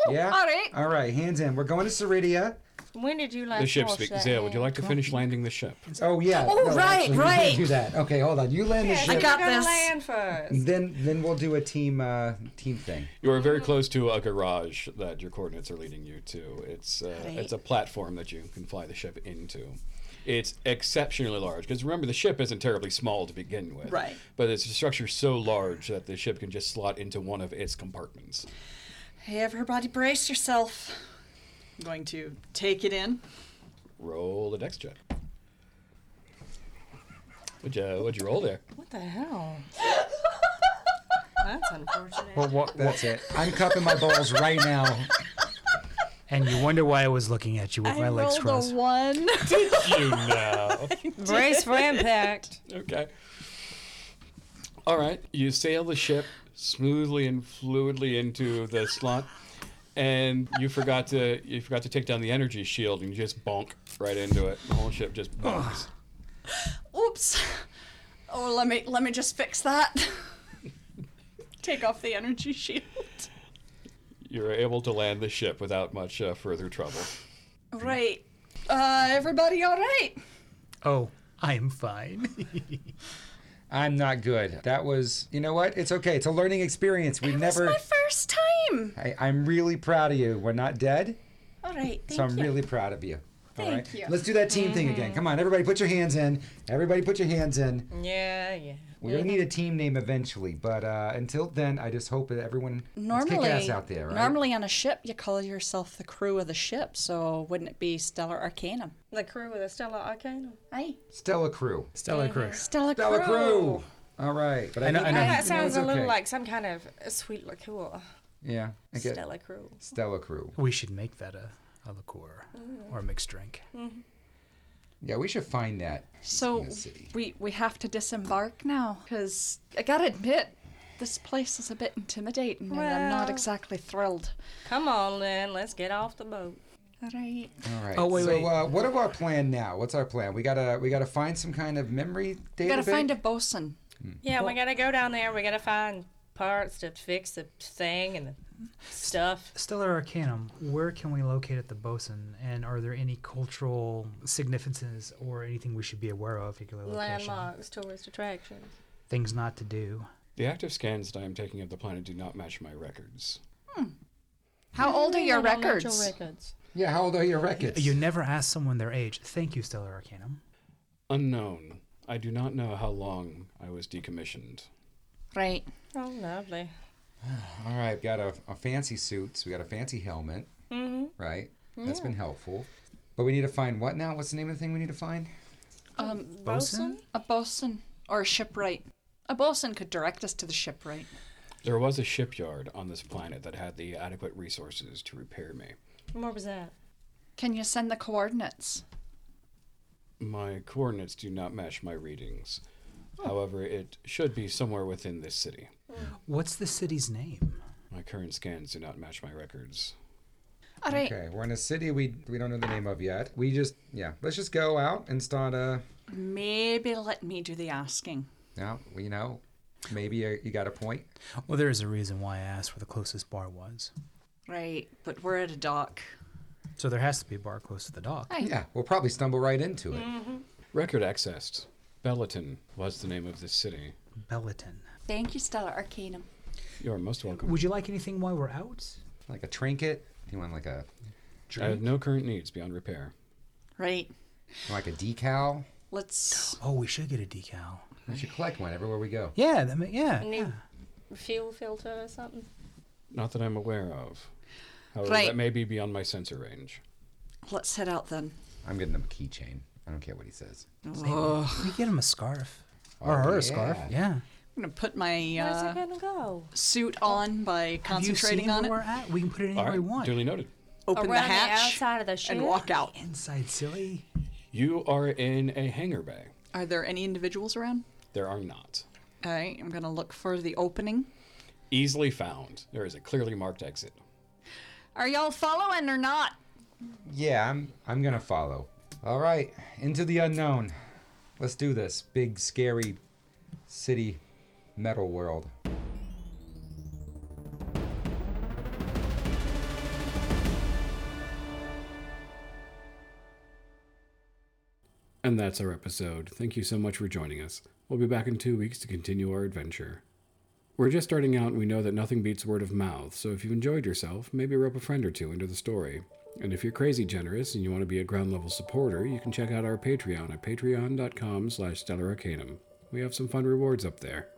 Speaker 5: yeah.
Speaker 4: all right.
Speaker 5: All right, hands in. We're going to Ceridia.
Speaker 7: When did you last
Speaker 2: The ship
Speaker 7: wash
Speaker 2: speaks.
Speaker 7: that
Speaker 2: Zale, would you
Speaker 7: hand?
Speaker 2: like to finish landing the ship?
Speaker 5: Oh yeah.
Speaker 4: Oh, right,
Speaker 5: actually, we
Speaker 4: right.
Speaker 5: did Do that. Okay, hold on. You land the
Speaker 7: Yes,
Speaker 5: ship.
Speaker 4: got
Speaker 7: we're gonna
Speaker 4: this.
Speaker 7: Land first.
Speaker 5: Then, then we'll do a team, uh, team thing.
Speaker 2: You are very close to a garage that your coordinates are leading you to. It's uh, it's a platform that you can fly the ship into. It's exceptionally large because remember the ship isn't terribly small to begin with,
Speaker 4: Right.
Speaker 2: But it's a structure so large that the ship can just slot into one of its compartments.
Speaker 4: hey, everybody, brace yourself. I'm going to take it in.
Speaker 2: Roll a dex check. What'd you, what'd you roll there?
Speaker 7: What the hell? That's unfortunate.
Speaker 5: That's it. I'm cupping my balls right now.
Speaker 6: And you [laughs] wonder why I was looking at you with my legs crossed.
Speaker 4: one. [laughs]
Speaker 2: you know.
Speaker 7: Brace [laughs] for impact.
Speaker 2: Okay. All right. You sail the ship smoothly and fluidly into the slot, and you forgot to you forgot to take down the energy shield, and you just bonk right into it. The whole ship just bonks.
Speaker 4: Oops. Oh, let me let me just fix that. [laughs] Take off the energy shield.
Speaker 2: You're able to land the ship without much uh, further trouble.
Speaker 4: Right. Uh, everybody, all right?
Speaker 6: Oh, I am fine. [laughs]
Speaker 5: I'm not good. That was, you know what? It's okay. It's a learning experience. We
Speaker 4: It was
Speaker 5: never.
Speaker 4: my first time.
Speaker 5: I, I'm really proud of you. We're not dead,
Speaker 4: All right. Thank
Speaker 5: so I'm
Speaker 4: you.
Speaker 5: really proud of you. All
Speaker 4: Thank you.
Speaker 5: Let's do that team thing again. Come on, everybody, put your hands in. Everybody, put your hands in.
Speaker 7: Yeah, yeah.
Speaker 5: We're gonna need a team name eventually, but uh, until then, I just hope that everyone let's
Speaker 4: normally,
Speaker 5: kick ass out there. Right?
Speaker 4: normally on a ship, you call yourself the crew of the ship. So wouldn't it be Stellar Arcanum?
Speaker 7: The crew of the Stella Arcanum.
Speaker 4: Hey,
Speaker 5: Stella Crew.
Speaker 6: Stella Cruz.
Speaker 4: Stellar,
Speaker 5: Stella
Speaker 4: crew.
Speaker 5: Crew. All right, but I,
Speaker 6: I know-
Speaker 5: think-
Speaker 6: I know.
Speaker 5: you
Speaker 7: that sounds
Speaker 5: it's
Speaker 7: a little
Speaker 5: okay.
Speaker 7: like some kind of uh, sweet liqueur.
Speaker 5: yeah. I get
Speaker 7: Stella crew.
Speaker 5: Stella Crew.
Speaker 6: We should make that a, a liqueur or a mixed drink.
Speaker 5: Yeah, we should find that.
Speaker 4: So
Speaker 5: the city.
Speaker 4: we we have to disembark now because I gotta admit, this place is a bit intimidating, and I'm not
Speaker 7: Well.
Speaker 4: exactly thrilled.
Speaker 7: Come on, then. Let's get off the boat.
Speaker 4: All right.
Speaker 5: All right.
Speaker 6: Oh, wait,
Speaker 5: so,
Speaker 6: wait.
Speaker 5: Uh, what of our plan now? What's our plan? We gotta we gotta find some kind of memory database.
Speaker 4: We gotta find a bosun.
Speaker 5: Hmm.
Speaker 7: Yeah, we gotta go down there. We gotta find parts to fix the thing and the stuff.
Speaker 6: Stellar Arcanum, where can we locate at the bosun? And are there any cultural significances or anything we should be aware of? particular location?
Speaker 7: Landmarks, tourist attractions.
Speaker 6: Things not to do.
Speaker 2: The active scans that I am taking of the planet do not match my records.
Speaker 3: Mm-hmm,
Speaker 4: How old are your records?
Speaker 7: records.
Speaker 5: Yeah, how old are your records?
Speaker 6: You never ask someone their age. Thank you, Stellar Arcanum.
Speaker 2: Unknown. I do not know how long I was decommissioned.
Speaker 4: Right.
Speaker 7: Oh, lovely.
Speaker 5: All right, got a, a fancy suits. We got a fancy helmet. Mm-hmm. Right, that's been helpful. But we need to find what now? What's the name of the thing we need to find?
Speaker 4: Um,
Speaker 6: Bosun?
Speaker 4: a bosun or a shipwright. A bosun could direct us to the shipwright.
Speaker 2: There was a shipyard on this planet that had the adequate resources to repair me.
Speaker 7: What was that?
Speaker 4: Can you send the coordinates?
Speaker 2: My coordinates do not match my readings. However, it should be somewhere within this city.
Speaker 6: What's the city's name?
Speaker 2: My current scans do not match my records.
Speaker 4: All right.
Speaker 5: Okay, we're in a city we we don't know the name of yet. We just yeah, let's just go out and start uh
Speaker 4: Maybe let me do the asking.
Speaker 5: now you know maybe uh, you got a point.
Speaker 6: Well, there is a reason why I asked where the closest bar was.
Speaker 4: Right. But we're at a dock.
Speaker 6: So there has to be a bar close to the dock.
Speaker 5: Yeah, we'll probably stumble right into it.
Speaker 4: Mm.
Speaker 2: Record accessed. Bellaton was the name of this city.
Speaker 6: Bellaton.
Speaker 4: Thank you, Stellar Arcanum.
Speaker 8: You're most welcome.
Speaker 6: Would you like anything while we're out?
Speaker 5: Like a trinket? You want like a
Speaker 8: I have
Speaker 5: drink?
Speaker 8: no current needs beyond repair.
Speaker 4: Right.
Speaker 5: Like a decal?
Speaker 4: Let's.
Speaker 6: Oh, we should get a decal.
Speaker 5: We should collect one everywhere we go.
Speaker 6: Yeah, that ma- yeah.
Speaker 3: A
Speaker 6: yeah.
Speaker 3: new fuel filter or something.
Speaker 8: Not that I'm aware of. However,
Speaker 4: Right.
Speaker 8: that may be beyond my sensor range.
Speaker 4: Let's head out then.
Speaker 5: I'm getting him a keychain. I don't care what he says.
Speaker 4: Ugh.
Speaker 6: We get him a scarf or
Speaker 5: Oh,
Speaker 6: her
Speaker 5: yeah.
Speaker 6: a scarf. Yeah.
Speaker 4: I'm gonna put my
Speaker 3: Where's it
Speaker 4: uh,
Speaker 3: gonna go?
Speaker 4: suit on by
Speaker 6: Have you
Speaker 4: concentrating
Speaker 6: seen
Speaker 4: on
Speaker 6: where
Speaker 4: it.
Speaker 6: We're at. We can put it anywhere we want.
Speaker 8: duly noted.
Speaker 4: Open the
Speaker 3: Around the
Speaker 4: hatch
Speaker 3: outside of the ship.
Speaker 4: and walk out.
Speaker 6: Inside, silly.
Speaker 8: You are in a hangar bay.
Speaker 4: Are there any individuals around?
Speaker 8: There are not.
Speaker 4: All right. I'm gonna look for the opening.
Speaker 8: Easily found. There is a clearly marked exit.
Speaker 4: Are y'all following or not?
Speaker 5: Yeah, I'm I'm gonna follow. All right, into the unknown. Let's do this big scary city metal world.
Speaker 2: And that's our episode. Thank you so much for joining us. We'll be back in two weeks to continue our adventure. We're just starting out and we know that nothing beats word of mouth, so if you enjoyed yourself, maybe rope a friend or two into the story. And if you're crazy generous and you want to be a ground level supporter, you can check out our Patreon at patreon.com slash stellar arcanum. We have some fun rewards up there.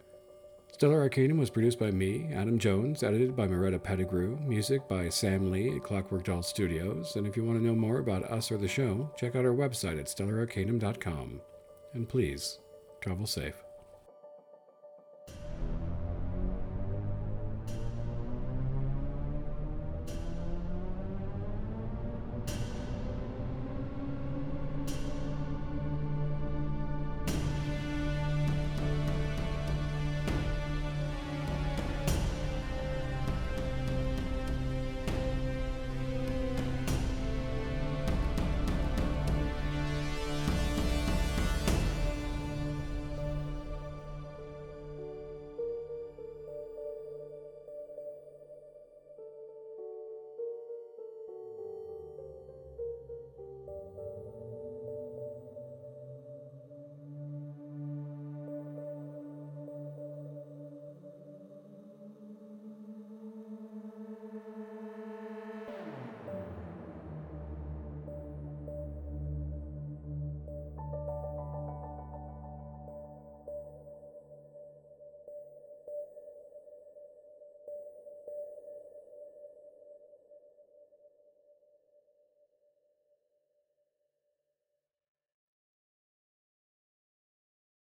Speaker 2: Stellar Arcanum was produced by me, Adam Jones, edited by Moretta Pettigrew, music by Sam Lee at Clockwork Doll Studios, and if you want to know more about us or the show, check out our website at stellararcanum.com. And please, travel safe.